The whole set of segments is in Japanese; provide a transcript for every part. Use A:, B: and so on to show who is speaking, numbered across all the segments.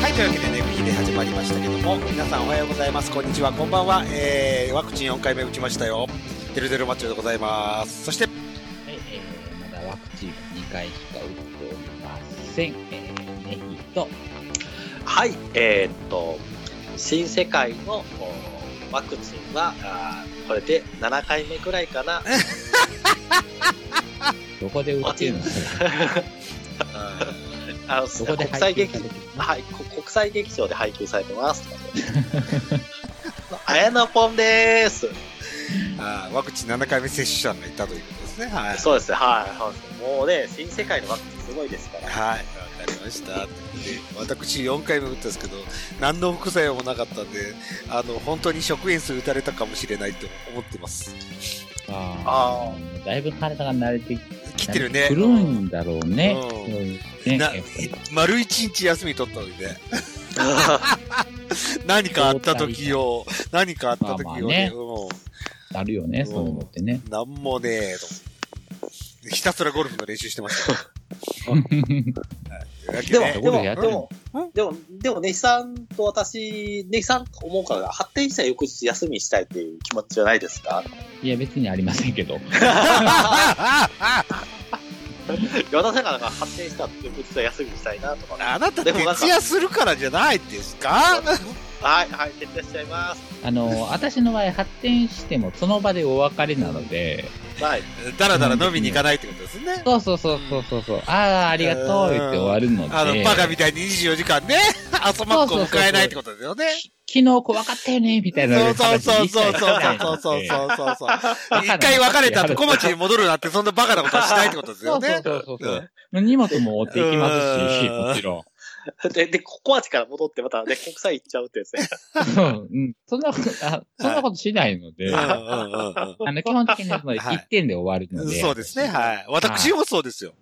A: はい、というわけでね、フリーで始まりましたけども、皆さんおはようございます。こんにちは、こんばんは。えー、ワクチン4回目打ちましたよ。てるてるマッチョでございます。そして、
B: はい、えー、まだワクチン2回しか打っておりません。えー、ネギと、
C: はい、えーっと、新世界のおワクチンは、あーこれで7回目くらいかな。
B: どこで打って るの
C: あの
B: どこで
C: 国際劇
B: 配給されてるの
C: はい、こ国際劇場で配給されてます。 あやのぽんです。
A: あーワクチン7回目接種者がいたということですね。はい。
C: そうですね、はいそうですね。もうね、新世界のワクチンすごいですから。
A: はい、わかりました。で私4回目打ったんですけど、何の副作用もなかったんで、あの本当に食塩水打たれたかもしれないと思ってます。
B: あーだいぶ体が慣れて
A: 来てるね
B: く。るんだろうね。
A: うん
B: そういうね
A: な
B: やっぱり
A: 丸一日休み取ったのにね、何かあった時を、何かあった時
B: まあ
A: を
B: まあね
A: ね、うん
B: なるよね、そういうのっ てね。
A: なんもねえと思って。ひたすらゴルフの練習してました。だけ
C: で
A: ど
C: も、
A: ね
C: で
B: どこ
C: も、
B: でやっ
C: で
B: てる
C: も、 でも、でも、ネヒさんと私、ネヒさんと思うから、発展した翌日休みしたいっていう気持ちじゃないで すか
B: いや、別にありませんけど。
C: 世の中が発展した翌日は休みしたいなとか。
A: あなた
C: でもなんか
A: 徹夜するからじゃないですか
C: はい、はい、徹夜しちゃいます。
B: あの、私の場合、発展してもその場でお別れなので、
C: はい。
A: だらだら飲みに行かないってことですね。
B: そうそうそうそうそうそう、ああ、ありがとう言って終わるので、
A: あの、バカみ
B: 昨
A: たいに24時間ね、朝マックを迎えないってことですよね。
B: 日怖かったよね、みたいな
A: そう
B: 形
A: そう
B: に
A: そう
B: 一切な
A: そ
B: いうので。
A: そうそうそうそうそう。一回別れた後、小町に戻るなんて、そんなバカなことはしないってことです
B: そ
A: よ
B: うそう
A: ね。
B: そうそうそう。荷物も持っていきますし、
A: うん
B: もちろ
C: で、 で、ココアチから戻ってまたね、国際行っちゃうってですね。
B: ん。うんそんなこと、あそんなことしないので、
A: うんうん
B: あ
A: うんうん
B: の、基本的にその
A: はい
B: 1点で終わるので。
A: そうですね、はい。私もそうですよ。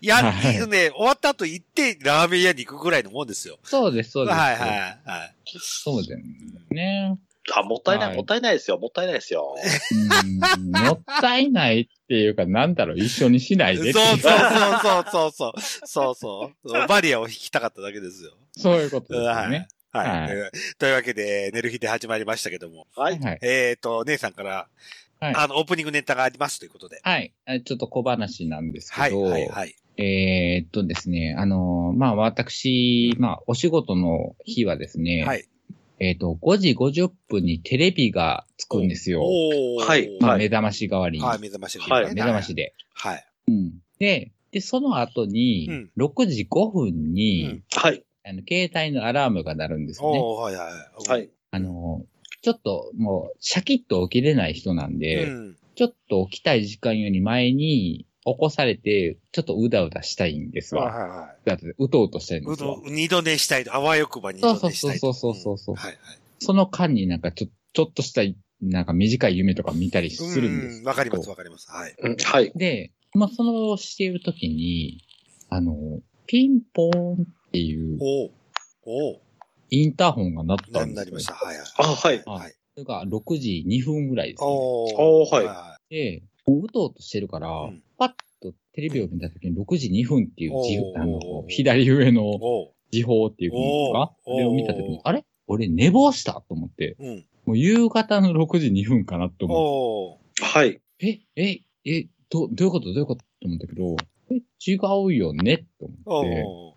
A: いや、
B: はい
A: いいね、終わった後行って、ラーメン屋に行くぐらいのもんですよ。
B: そうです、そう
A: はい
B: です。
A: はいはい。
B: そうですね。
C: あ、もったいな、
B: はいい
C: もったいないですよ、もったいないです よ。
B: うんもったいないっていうか、なんだろう、一緒にしない
A: そう
B: で。
A: そうそうそうそうそう。そうそう。バリアを引きたかっただけですよ。
B: そういうことです
A: は
B: よ
A: い
B: ね。。
A: は
B: はいい
A: えー。というわけで、寝る日で始まりましたけども。
C: はい。
B: はい。
A: えっと、姉さんから、
B: はい
A: あの、オープニングネタがありますということで。
B: はい。あちょっと小話なんです
A: は
B: け
A: い、
B: ど、
A: はい、はい。
B: えーっとですね、あの、まあ、私、まあ、お仕事の日はですね、
A: はい。
B: えっ、と、5時50分にテレビがつくんですよ。
A: おー
C: はい
B: まあ、
C: はい
B: 目覚まし代わりに。
A: はい、目覚ましで。
C: はい
B: 目覚ましで。
A: はい。
B: うん。で、で、その後
A: う
B: に
A: ん、
B: 6時5分に、
A: うん
C: はい。
B: あの、携帯のアラームが鳴るんですね。
A: おーはい、はい。
C: はい。
B: あの、ちょっともう、シャキッと起きれない人なんで、
A: うん。
B: ちょっと起きたい時間より前に、起こされて、ちょっとうだうだしたいんです
A: はい、
B: わ。
A: はい、はい。
B: だって、うとうとしたいんで
A: う
B: すわ
A: ど。二度寝したいと。あわよくば二度寝したいと。
B: そうそうそうそうそうそうん
A: はいはい。
B: その間になんかちょ、ちょっとした、なんか短い夢とか見たりするんです
A: う
B: け
A: ん
B: ど。
A: わかります、わかります。はい。
C: うんはい。
B: で、まあ、そのしているときに、あの、ピンポーンっていう
A: おうおう
B: インターホンが鳴っ
A: な
B: た
A: ん
B: です
A: なりました。はいはい。
C: あ、はい。
B: あ
A: はい。
B: それが6時2分ぐらいです、ね。
A: お
C: おーはい
A: は
B: で、うとうとしてるから、
A: うん
B: パッとテレビを見たときに6時2分っていうじ
A: おー
B: あの左上の
A: おう
B: 時報っていうか、
A: おー
B: これを見たとき
A: お
B: に
A: ー、
B: あれ俺寝坊したと思って、
A: うん。
B: もう夕方の6時2分かなと思っ
A: お
B: て。
A: う
C: はい。
B: え、え、え、ど、どういうことどういうことって思ったけど、え、違うよねって思って、
A: おう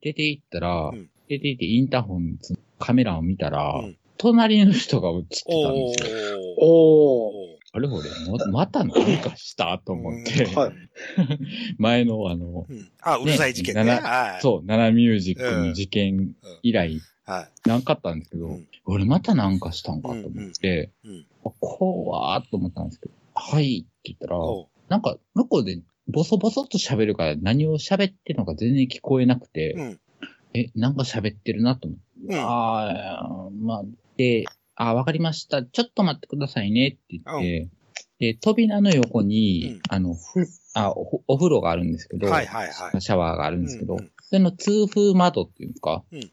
B: 出て行ったら、
A: うん
B: 出て行ってインターホン、そのカメラを見たら、
A: うん
B: 隣の人が映ってたん
A: お
B: ですよ。
A: う
C: おー。
B: あれ俺、ままた何かしたと思って、
A: うん
C: はい。
B: 前のあの、
A: うんあ、うるさい事件ね。
B: ね
A: はい。
B: そう、ナナミュージックの事件以来、
A: は
B: なんかあったんですけど、
A: うん
B: 俺またなんかしたんかと思って、
A: い。うん。
B: 怖ーっと思ったんですけど、はいって言ったら、
A: おう
B: なんか、向こうでボソボソっと喋るから何を喋ってるのか全然聞こえなくて、
A: うん。
B: え、なんか喋ってるなと思って、
A: うん。
B: ああ、まあ、で、ああ、わかりました。ちょっと待ってくださいねって言って、で、扉の横
A: う
B: に、
A: ん
B: あの、ふあお、お風呂があるんですけど、
A: はいはいはい。
B: シャワーがあるんですけど、
A: うんうん
B: それの通風窓っていうんですか、
A: うん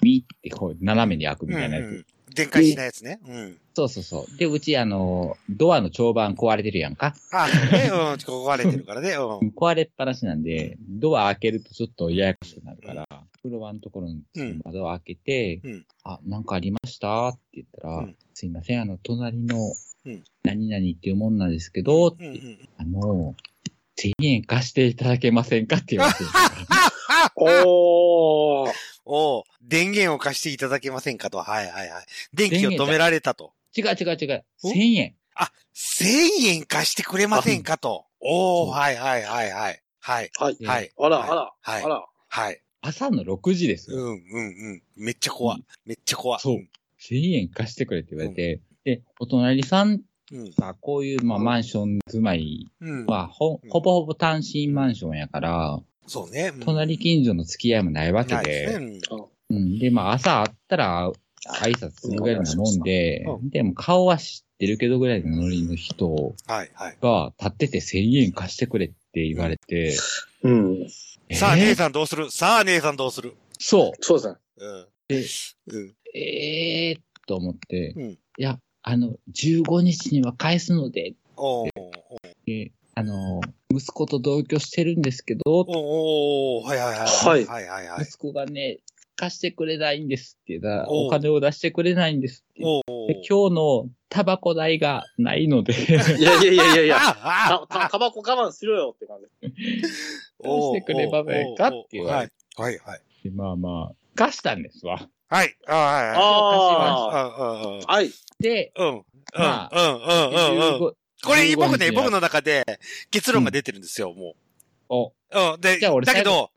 B: ビーってこう斜めに開くみたいなやつ。
A: うん展開しないやつね。うん。
B: そうそうそう。で、うち、あの、ドアの長板壊れてるやんか。
A: あ、そうね、うん。壊れてるからね。うん。
B: 壊れっぱなしなんで、ドア開けるとちょっとややこしくなるから、風呂場のところに
A: うん。
B: 窓を開けて、
A: うん
B: あ、なんかありましたって言ったら、
A: うん
B: すいません、あの、隣の
A: うん、
B: 何々っていうもんなんですけど、
A: うんうん。
B: あの、1000円貸していただけませんかって言われ て、
C: おー。
A: おう電源を貸していただけませんかと。はいはいはい。電気を止められたと。
B: 違う違う違う、
A: お
B: 1000円。
A: あ、1000円貸してくれませんかと。おおはいはいはいはい。はい。
C: はい。
B: で
A: はい。
C: あら、
A: はい
C: あら、
A: はい
C: あら。
A: はい。
B: 朝の6時ですよ。
A: うんうんうん。めっちゃ怖い。めっちゃ怖い。
B: そう1000円貸してくれって言われて、で、お隣さん
A: うん。
B: がこういう、まあ、マンション住まい
A: うん。
B: はほ、
A: うん
B: ほぼほぼ単身マンションやから、
A: そうね。うん
B: 隣近所の付き合いもないわけ
A: ない
B: で、
A: すね。
B: うん。で、まあ、朝会ったら、挨拶するぐらいのもんで、
A: う
B: でも顔は知ってるけどぐらいのノリの人
A: うんはいはい。
B: が立ってて1000円貸してくれって言われて、
C: うん。
A: さあ、
B: えー
A: 姉さんどうするさあ、姉さんどうする
B: そ
C: そうですね。
A: うん。う
B: で
A: ん。
B: う。ええー、と思って、
A: うん
B: いや、あの、15日には返すので、
A: おー
B: あの、息子と同居してるんですけど、
A: おーおーはいはいはい。はいはいはい。
B: 息子がね、貸してくれないんですって言ったら、
A: おう
B: お金を出してくれないんですって言っ
A: お
B: て、
A: ー
B: 今日のタバコ代がない ので、
C: いやいやいやいやいや。
A: あ
C: た、た、タバコ我慢しろよって感じ。
B: どうしてくればいいかって言われ
A: はいはいはい。
B: でまあまあ、貸したんですわ。
A: はい。あはいはい。
C: あ
A: あ
C: あ。はい。
B: で、
A: うん。うん。
B: ま
A: うん。うん。うん。うん。
B: 15
A: これ僕ね、
B: 15日は
A: 僕の中で結論が出てるんですよ、も
B: お
A: う。うん。で、
B: じゃあ俺
A: だけど、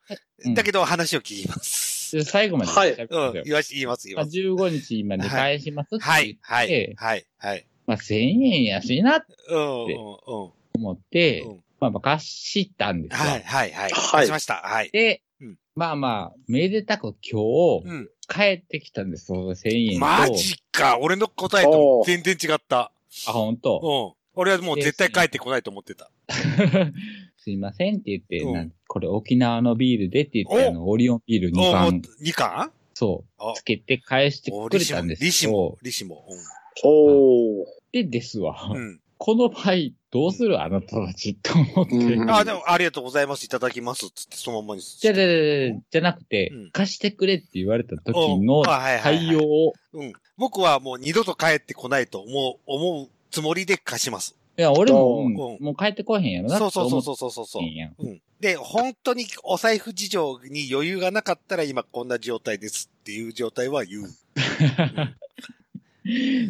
B: うん
A: だけど話を聞きます。
B: で最後まで
C: はい
B: 喋ってく
A: う
B: だ
A: ん
B: さい。。
A: 言わし、言います、言い
B: まあ、
A: ます。
B: 15日まで返しますって言って、
A: はい、はい、はい、はい。
B: まあ、1000円やしなって
A: うん、うん、
B: で
A: うん。
B: 思って、
A: うん
B: まあまあ貸したんですよ。
A: はい、はい、はい。
C: はい
A: 出しました。はい。
B: で、
A: うん
B: まあまあ、めでたく今日、
A: うん。
B: 帰ってきたんです、その1000円と。
A: マジか俺の答えと全然違った。
B: あ、本当。
A: うん。俺はもう絶対帰ってこないと思ってた。
B: すいませんって言って、
A: うん
B: なんこれ沖縄のビールでって言って、
A: お
B: あの、オリオンビール
A: お
B: 2
A: お
B: 缶、
A: 二巻
B: そ
A: あ
B: う、つけて返して
A: お
B: くれたんです
A: リシ
B: け
A: モ
B: ど、、
A: リシモ。
C: おー。
B: でですわ、
A: うん。うん
B: この場合、どうするあなたたちと思って。
C: うん
A: あ、でも、ありがとうございます。いただきます。つって、そのままに。
B: じゃじゃじゃじゃじゃなくて、
A: うん
B: 貸してくれって言われた時
A: うん
B: の
A: あはいはいはい
B: 対応を、
A: うん。僕はもう二度と帰ってこないと思う、思うつもりで貸します。
B: いや、俺も、
C: うん
B: うんもう帰ってこへんやろなって
A: そ
B: 思
A: う
B: って
A: そう
B: んや
A: そ
B: ん
A: うそうそうそう。うん。で、本当にお財布事情に余裕がなかったら今こんな状態ですっていう状態は言う。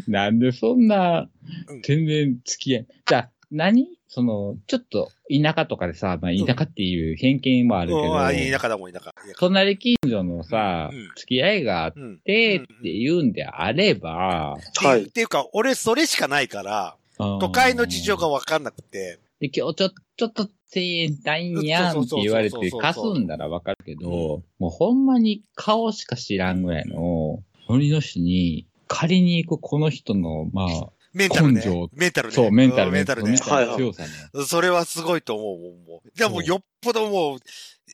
B: なんでそんな
A: うん、
B: 全然付き合い。じゃあ、何その、ちょっと田舎とかでさ、まあ田舎っていう偏見もあるけど、
A: うん、あ、いい田舎だもん、田舎。田舎
B: 隣近所のさ、
A: うん
B: 付き合いがあっ
A: うん。
B: てって言うんであれば、
A: は。
C: はいい
A: っていうか、俺それしかないから、都会の事情がわかんなくて、
B: で、今日ちょ、ちょっと1000円ないんやんって言われて、貸すんならわかるけど、
A: うん
B: もうほんまに顔しか知らんぐらいの、ノリの市に、借りに行くこの人の、まあ、
A: メンタル
B: 根性
A: ね。メンタルね。
B: そう、メンタル、
A: うんメンタル
B: メ
A: ね
B: ン。タル
C: は
B: の強
C: い
B: さね。
A: それはすごいと思うもん、もう。じゃあもう
B: そう
A: よっぽどもう、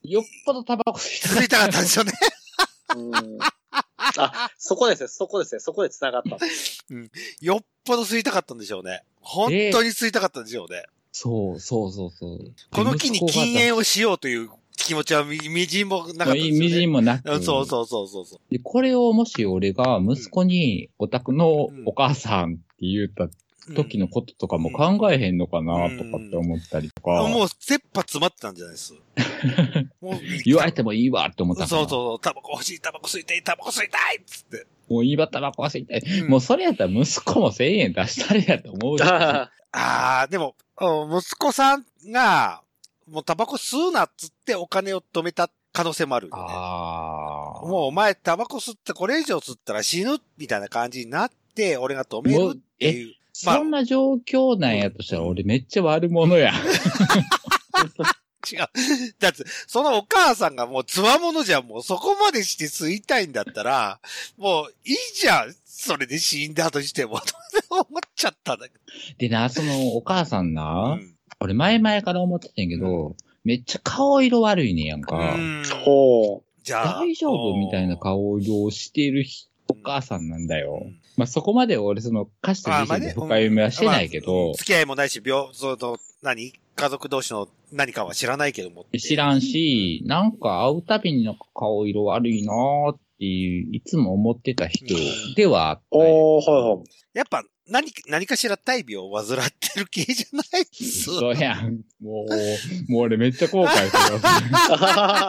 B: よっぽどタバコ吸い
A: 吸いたかったんですよね。
C: うんあ、そこですね、そこですね、そこで繋がった。
A: よっぽど吸いたかったんでしょうね。本当に吸いたかったんでしょうね。
B: そう、そうそうそう。
A: この木に禁煙をしようという気持ちはみ、みじんもなかったですよね。
B: みじんもな
A: う
B: く。
A: んそうそうそうそうそう。
B: で、これをもし俺が息子にお宅のお母さんって言った時のこととかも考えへんのかなとかって思ったりとか、
A: もう、切羽詰まってたんじゃない です。もう
B: 言われてもいいわって思った
A: そう
B: か
A: そ
B: ら
A: うそう、タバコ欲しい、タバコ吸いたい、タバコ吸いたいっつって。
B: もういいわ、タバコ忘れて。
A: うん
B: もうそれやったら息子も1000円出したれやと思 うし。
C: あ
A: ああ、でも、うん息子さんが、もうタバコ吸うなっつってお金を止めた可能性もあるよね。
B: あー。
A: もうお前タバコ吸ってこれ以上吸ったら死ぬみたいな感じになって、俺が止めるっていう。まあ
B: そんな状況なんやとしたら
A: うん
B: 俺めっちゃ悪者や。
A: 違う。 だって、そのお母さんがもうつわものじゃんもうそこまでして吸いたいんだったら、もういいじゃん。それで死んだとしても、と思っちゃったんだけ
B: でな、そのお母さん
A: ど。
B: な、
A: うん
B: 俺前々から思ってたんやけど、めっちゃ顔色悪いねんやん
A: う
B: か。
A: ん
C: ーほう。
A: じゃあ。
B: 大丈夫みたいな顔色をしてるひお母さんなんだ
A: う
B: よ。
A: ん
B: まあそこまで俺その歌詞と自身で深読みはしてないけ
A: まあ
B: ど、
A: 付き合いもないし、病、その、何家族同士の何かは知らないけども。
B: 知らんし、なんか会うたびになんか顔色悪いなーっていう、いつも思ってた人ではあったよ
C: おー、はいはい。
A: やっぱ、何、何かしら大病を患ってる系じゃないっす。
B: そうやん。もう、もう俺めっちゃ後悔して る。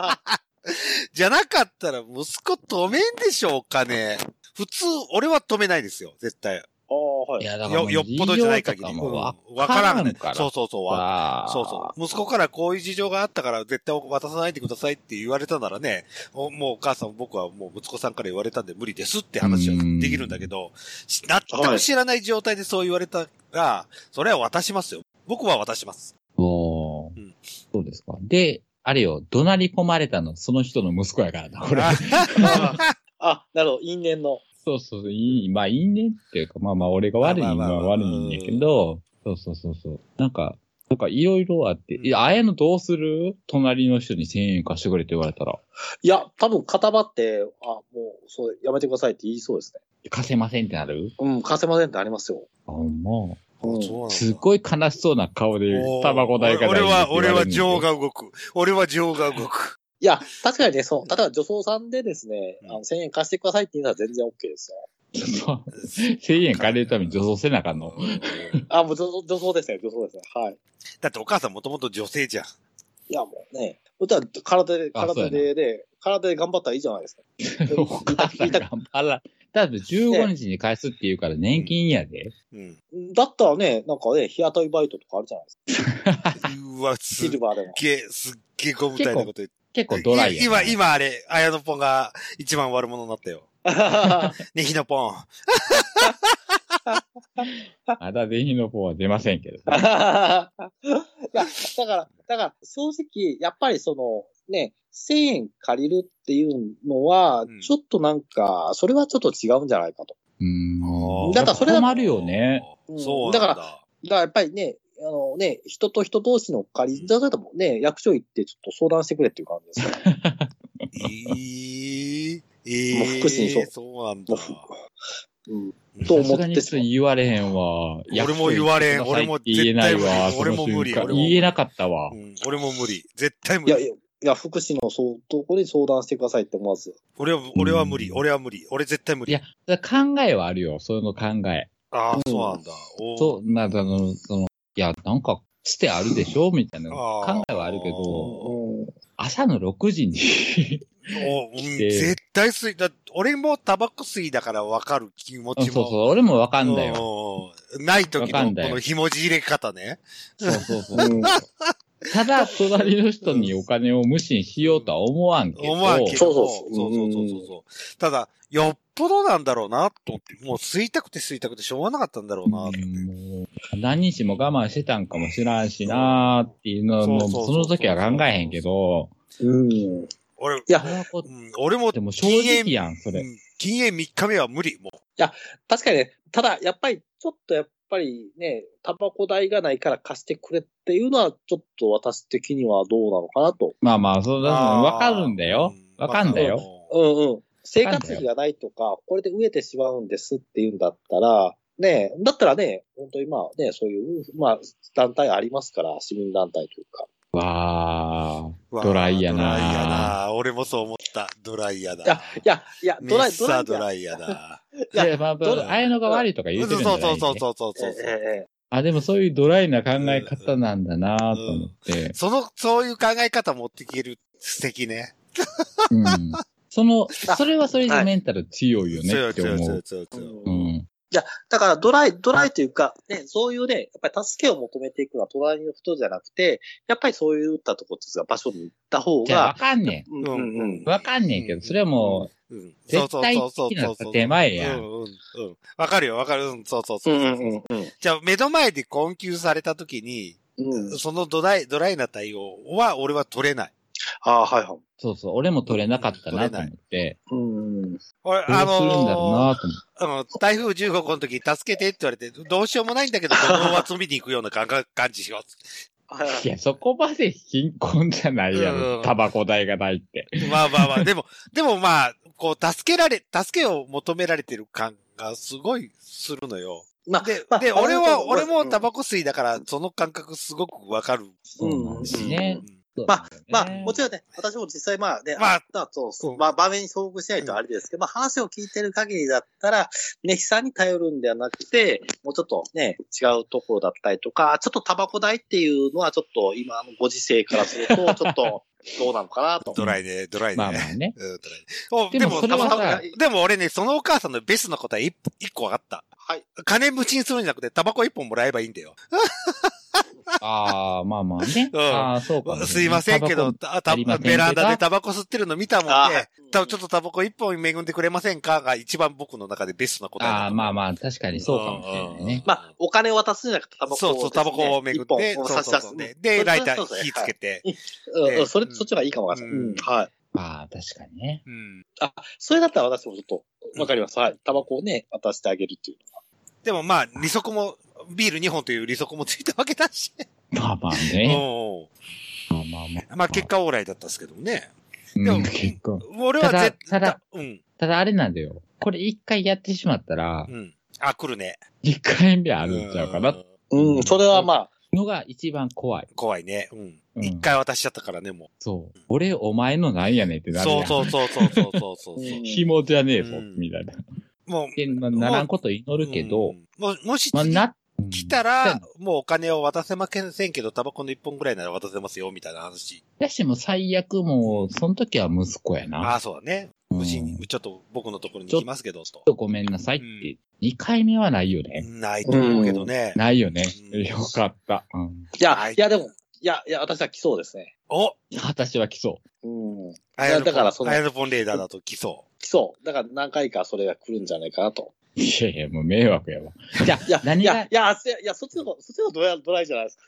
A: じゃなかったら息子止めんでしょうかね。普通、俺は止めないですよ、絶対。
C: あー、はいい。
B: や、だからも
A: よ、
B: う
A: よっぽどじゃない限り。う
B: 事
A: ん
B: 情とか
A: わ
B: も
A: からん
B: から。
A: そうそうそう、わ
B: わ
A: そうそう。息子からこういう事情があったから絶対渡さないでくださいって言われたならね、おもうお母さん僕はもう息子さんから言われたんで無理ですって話はできるんだけど、し全く知らない状態でそう言われたら、それは渡しますよ。僕は渡します。
B: う。お
A: うん
B: ーそうですか。で、あれよ、怒鳴り込まれたの、その人の息子やから な、これ。
C: あ、なるほど、因縁の。
B: そうそうそう、いい、まあいいねっていうか、まあまあ俺が悪い
A: まあ
B: の
A: まあまあ
B: は悪いんやけど、そうそうそうそう。なんか、なんかいろいろあって、いや、あやのどうする隣の人に1000円貸してくれって言われたら、
C: いや、多分固まって、あ、もう、そう、やめてくださいって言いそうですね。
B: 貸せませんってなる
C: うん、貸せませんってありますよ。
B: あ、も
C: うん、
B: う、すっごい悲しそうな顔で、タバコ代が
A: 俺は、俺は情
B: 上
A: が動く。俺は情が動 く。
C: いや、確かにね、そう、例えば女装さんでですね、
A: うん
C: あの1000円貸してくださいって言うのは全然 OK ですよ。
B: そう1000円借りるために女装せなあか んの。
C: あ、もう女装女装ですね、女装ですね。はい。
A: だってお母さんもともと女性じゃん。
C: いや、もうね、歌は空手で、
B: あ
C: 空
B: そ
C: 手
B: うや
C: で、で、空手で頑張ったらいいじゃないですか。
B: お母さんがあら、だって15日に返すって言うから年金やで。
A: うん。
C: だったらね、なんかね、日雇いバイトとかあるじゃないですか。
A: うわ、す
C: シ
A: っ
C: ルバーでも。
A: げえ、すっげえゴムみたいなこと言って
B: 結構ドライや
A: い今、
B: な。
A: 今あれ、綾野ポンが一番悪者になったよ。ねひのポン。
B: まだぜひの方は出ませんけど。
C: いや、だから、だから、正直、やっぱりその、ね、1000円借りるっていうのは
A: うん、
C: ちょっとなんか、それはちょっと違うんじゃないかと。
B: うん。
C: だからそれは
B: 困るよね。。
C: うん
A: そうなんだ。
C: だだからやっぱりね、あのね、人と人同士の借り、だからもね、役所行ってちょっと相談してくれっていう感じですよ。
A: えー、えー、
C: もう福祉にそう
A: そうなんだ
C: も。うん。
B: と
C: と
B: 思
C: 思
B: っ
C: ってて
B: ちょっと言われへんわ。
A: 俺も言われん
B: 役所行ってくださいって言えないわ。
A: 俺も絶対無理
B: その瞬
A: 俺も無理俺も
B: 間
A: 無理
B: 言えなかったわ
A: う。ん、俺も無理。絶対無
C: いや、
A: 理。
C: いや、いや福祉のそうとこに相談してくださいって思わず。
A: 俺は、俺は無理。
B: うん
A: 俺は無理。俺絶対無
B: い
A: 理。
B: や、だから考えはあるよ。その考え。
A: ああ、そうなんだ。おー
B: そう、まあ、あの、その、いや、なんか、つてあるでしょみたいな
A: あー
B: 考えはあるけど、
C: うん。
B: 朝の6 時に
A: おうん、
B: で
A: 絶対吸い、だ俺もタバコ吸いだからわかる気持
B: うん
A: ちも。
B: そうそう、俺もわかんだよ。
A: よ。ない時
B: わか
A: の
B: んだよ
A: このひもじ入れ方ね。
B: そうそうそう。
C: うん
B: ただ、隣の人にお金を無心しようとは思わんけど。
A: 思わんけど。
C: そうそう
A: そうそうそうそうそう。ただ、よっぽどなんだろうな、と思って。もう吸いたくて吸いたくてしょうがなかったんだろうな、と思って。
B: もう何日も我慢してたんかもしらんしなーっていうのはもう
A: そうそう
B: そ
A: そうそう
B: の時は考えへんけど、
C: うん。
A: 俺、
C: いや
B: タ、バコっ
A: うん、俺も
B: てもう正直やん、それ。
A: うん禁煙3日目は無理、もう。
C: 確かにね、ただ、やっぱり、ちょっとやっぱりね、タバコ代がないから貸してくれっていうのは、ちょっと私的にはどうなのかなと。
B: まあまあ、そうだ、
A: あー
B: わかるんだよ。
A: う
B: わかんだよ
A: まあそう
C: うんうん。生活費がないとか、これで飢えてしまうんですっていうんだったら、ねえ、だったらね、本当にまあね、そういう、まあ、団体ありますから、市民団体というか。
B: わ
A: うわ
B: ドライや
A: ド
B: な
A: ライやな俺もそう思った。ドライやだ。
C: いや、いや、いや、
A: ミ
C: ドライ、
A: ッ
C: ド
A: サ
C: ラ
A: ー
C: イじ
A: ド
C: ゃん。
A: ライやだ。
C: いや
B: ー。いや、まあ、ま
C: ど
B: あ、あやのが悪いとか
A: そ
B: 言
A: う
B: てるんじゃ
A: そう
B: ない
A: そ
B: ん
A: う
B: で
A: そうそうそうそう。
C: ええええ
B: あ、でもそういうドライな考え方なんだなーと思って。
A: その、そういう考え方持っていける素敵ね。
B: うん。その、
C: あ
B: それはそれでメンタル強いよね
A: 強い
B: って
A: 強い
B: 思
A: 強
B: う
A: い。強い強い。
B: う
C: うん
B: ん。
C: だから、ドライ、ドライというか、ね、そういうね、やっぱり助けを求めていくのは隣の人じゃなくて、やっぱりそういうったとこっていうか、場所に行った方
B: じゃあ、わ
C: が、
B: かんね
C: うんうんうん
B: ん。わかんねんけど、それはもう、
A: うん
B: 絶対的な建前やん
A: うんうんうん。わかるよ、わかる。うん、そうそう
C: う
A: そう。
C: んうんうん
A: じゃあ、目の前で困窮された時に、
C: うん。
A: そのドライ、ドライな対応は俺は取れない。
C: ああ、はいはい。
B: そうそう、俺も取れなかったなと思って、
C: うんうん。
A: 俺、
B: どうす
A: あ
B: るんだろ
A: の
B: うなと思って。
A: ーあの、台風15号の時に助けてって言われて、どうしようもないんだけど、土のは積みに行くような感覚感じしよ
C: はいはい
B: いや、そこまで貧困じゃないや
A: うん
B: ろ。タバコ代がないって。
A: う。まあまあまあ、でも、でもまあ、こう、助けられ、助けを求められてる感がすごいするのよ。
C: まあ、
A: で、
C: まあ
A: で、俺
C: あれだ
A: は、
C: と
A: 俺も
C: うん
A: タバコ吸いだから、その感覚すごくわかる。
B: そうなんですね。
C: まあ、まあ、もち
B: ろん。
C: ろんね、私も実際まあね、
A: まあ
C: あったそうそうう、
A: ん
C: まあ場面に遭遇しないとあれですけど、まあ話を聞いてる限りだったら、ね、悲惨に頼るんではなくて、もうちょっとね、違うところだったりとか、ちょっとタバコ代っていうのはちょっと今のご時世からす ると、ちょっとどうなのかなと。
A: ドライね、ドライね。
B: まあまあね。
A: うんドライねお
B: で
A: で
B: も
A: も、
B: それ
A: た
B: は
A: また
B: さ
A: までも俺ね、そのお母さんのベストな答え一一個分かった。
C: はい。
A: 金無ちにするんじゃなくて、タバコ一本もらえばいいんだよ。
B: ああ、まあまあね。
A: うん
B: ああ、そうかもね、
A: すいませんけど、たた
B: ありませんけど
A: ベランダでタバコ吸ってるの見たもん
C: は
A: で
C: い、
A: たちょっとタバコ一本恵んでくれませんかが一番僕の中でベストな答えだった
B: ああ、まあまあ、確かにそうかもしれないね。
C: まあ、お金を渡すんじゃなくてタバコを、
A: そうそう、タバコをめぐって、
C: 一本
A: そう
C: 差し
A: そう
C: 出
A: そ
C: す
A: う
C: ね。
A: で、
C: そ
A: ライタ
C: そう
A: ー
C: そう
A: 火つけて。
C: はい
A: で
C: うんそれ、
A: うん
C: そっちの方がいいかもわかんないです。
A: うん
C: うん、はい。
B: ああ、確かにね。
A: うん
C: あ、それだったら私もちょっと、わかります。はい。タバコをね、渡してあげるっていう。
A: でもまあ、利息も、ビール2本という利息もついたわけだ し。
B: まあまあ
A: うん
B: ね。まあまあまあ。
A: まあ、結果オーライだったんですけどね。
B: う
A: でも
B: ん、結構。
A: 俺は絶
B: ただただ、
A: うん、
B: ただあれなんだよ。これ一回やってしまったら
A: う、ん。あ、来るね。
B: 一回目あるんちゃうかな
A: うん。
C: うん、それはまあ、
B: のが一番怖い。
A: 怖いね。うん。
B: うん
A: 一回渡しちゃったからね、も
B: そう。俺、お前のなんやねんって
A: う。
B: なるやん。
A: そうそうそうそうそうそうそ う
C: う。ん
B: 紐じゃねえぞ、
A: うん
B: みたいな。
A: もう
B: で、なならんこと祈るけど、
A: うんももし、
B: まあ、な、うん
A: 来たら、もうお金を渡せませんけど、タバコの1本ぐらいなら渡せますよ、みたいな話。
B: だしもう最悪もう、その時は息子や
A: あ
B: な。
A: あ、そうだね。
B: うん
A: 無事に、ちょっと僕のところに行きますけど、と
B: ちょ。っとごめんなさいっ
A: う
B: て。二回目はないよね。
A: ないと思うけどね。
B: ないよね。
A: うん
B: よかった。うん。
C: いや、
A: はい
C: い、やでも、いや、いや、私は来そうですね。
A: お
B: 私は来そ
C: うん。
A: アヤルポ
C: だからそ
A: ン、
C: の
A: アヤルポンレーダーだと来そ
C: 来そう。だから何回かそれが来るんじゃないかなと。
B: う。いやいや、もう迷惑やわ。じゃあ
C: いや、、
B: 何
C: いや、
B: が
C: い、や、そいや、そっちの方、そっちの方ドライドライじゃないですか。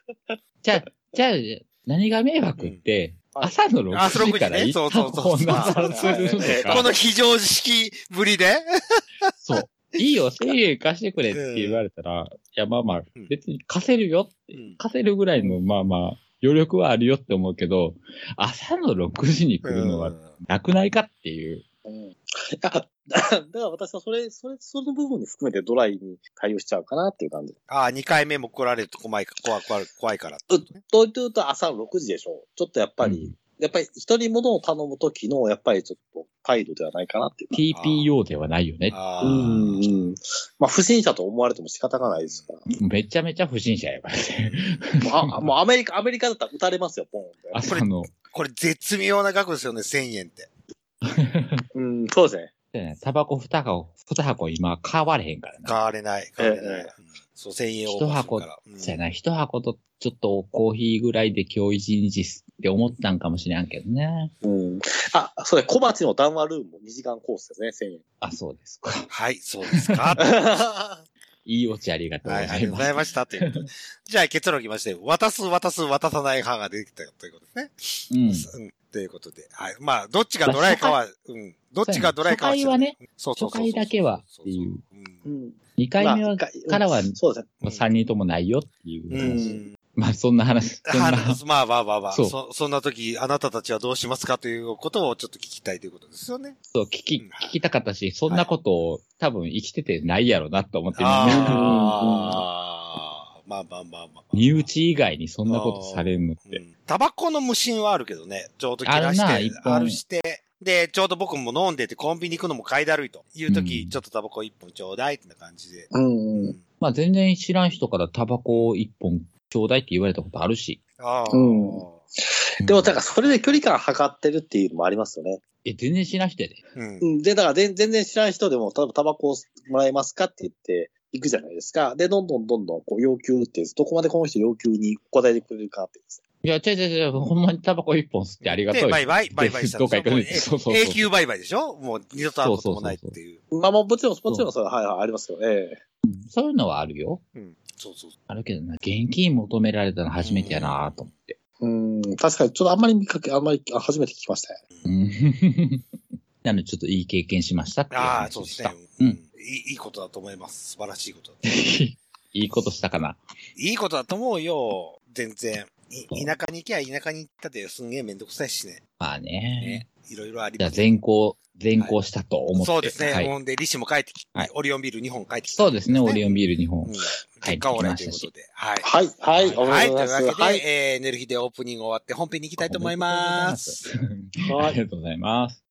B: じゃあ、じゃあ、何が迷惑って、
C: うん
B: 朝の6
A: あ朝6
B: 時から
A: 時ね
B: 一
A: そう
B: 旦
A: そうそう
B: こんな散する
A: う。
C: えあ
A: この
B: のか。
A: 非常識ぶりで
B: そう。いいよ、1000円貸してくれって言われたら、いや、まあまあ
A: うん、
B: 別に貸せるよって
A: うん、
B: 貸せるぐらいの、まあまあ、余力はあるよって思うけど、朝の6時に来るのはなくないかっていう。
C: うん。だから私はそれ、それ、その部分に含めてドライに対応しちゃうかなっていう感じ。
A: ああ、2回目も来られると怖いか、怖い、怖い、怖いから。
C: と言うと朝の6時でしょ。ちょっとやっぱり、やっぱり一人物を頼むときの、やっぱりちょっと態度ではないかなっていうか。
B: TPO ではないよね。
A: ああ、
C: うん、うん。まあ、不審者と思われても仕方がないですから。
B: めちゃめちゃ不審者やからね。
C: あ、もうアメリカ、アメリカだったら撃たれますよ、ポンって。
B: 朝の、
A: これ絶妙な額ですよね、1000円って。
C: うん、そうですね。
B: タバコ2箱、2箱今買われへんからな。
A: 買われない、買われない。
C: え
A: うんそう、1000円を。
B: 一箱じゃない、一箱とちょっとコーヒーぐらいで今日一日って思ったんかもしれんけどね。
C: うん。あ、そうだ、小鉢の談話ルームも2時間コースですね、
B: あ、そうですか。
A: はい、そうですか。
C: 1000円。
B: いいオチありがとうご
A: はい、あ
B: ざ
A: りがと
B: いう
A: ご
B: ま
A: ざ
B: す。
A: いました。ということで。じゃあ結論きまして、渡す、渡す、渡さない派が出てきたということですね。
B: うん。
A: うん。ということで。はい。まあ、どっちがドライかは、うん。どっちがドライかは知らない。そうそうそ
B: 初
A: うそう
B: 回だけはっていう。
A: ん
C: うん。
B: 2回目
C: まあ
B: は
C: 一回
B: からは
C: うんそうですね。
B: 3人ともないよっていう
A: う
B: 話。
A: ん。
B: まあそんな話。そん
A: は
B: な
A: まあまあまあまあ、
B: そう
A: そそんな時、あなたたちはどうしますかということをちょっと聞きたいということですよね。
B: そう聞き、聞きたかったし、そんなことを多分生きててないやろなと思ってみんな
A: ああ、まあまあまあまあ。
B: 身内以外にそんなことされるのっ
A: う
B: て。
A: ん。タバコの無心はあるけどね、ちょうど切ら
B: あるな
A: して
B: 一、本
A: あるして、で、ちょうど僕も飲んでてコンビニ行くのも買いだるいという時、
B: うん
A: ちょっとタバコ一本ちょうだいってな感じで。
C: うんうん。
B: まあ全然知らん人からタバコを一本ちょうだいって言われたことあるし。
A: ああ。
C: うんでも、だ
B: た
C: からそれで距離感測ってるっていうのもありますよね。
B: え、全然知らん人やで。
A: うん
C: うん。で、だから全全然知らない人でも、例えばタバコをもらえますかって言って、行くじゃないですか。で、どんどんどんどんこう要求って、どこまでこの人要求に答えてくれるかってですね。
B: いや、違う違う違う、ほんまにタバコ一本吸ってありがとうよ。
A: で、バイバイ、バイバイした
B: どっか行く
A: も
B: の
A: う
B: に。そうそうそう。
A: 永久バイバイでしょもう二度と会うこともないっていう。
C: まあまあ、もちろん、もちろんそれは、はいはい、ありますけどね。
B: うんそういうのはあるよ。
A: うんそうそうそう。
B: あるけどな、現金求められたの初めてやなと思って。
C: うん、確かに、ちょっとあんまり見かけ、あんまり、あ初めて聞きましたね。
B: うん なので、ちょっといい経験しましたってい
A: ああ、
B: 話
A: そうです
B: した
A: ね。
B: う
A: うんんいい。いいことだと思います。素晴らしいことだ。
B: いいことしたかな。
A: いいことだと思うよ。全然。い田舎に行きゃ田舎に行ったってすんげえめんどくさいしね。
B: まあね。
A: いろいろあり
B: じ
A: ま
B: ゃあ
A: す。
B: 全校、善行したと思って。
A: そうですね。
B: はい
A: ほんで、利子も帰ってき
B: はい
A: オリオンビール2本帰ってきた。
B: そうですね、オリ
A: オン。
B: オンビール日本。
A: うん結果オーライということで。はい。
C: はい、はい、お
A: は
C: め
A: い。
C: でと
A: と
C: うご
A: い
C: ざ
A: う
C: いま
A: わ
C: す。は
A: け
C: い。
A: で、えー、寝る日でオープニング終わって本編に行きたいと思います。
C: はい
B: ありがとうございます。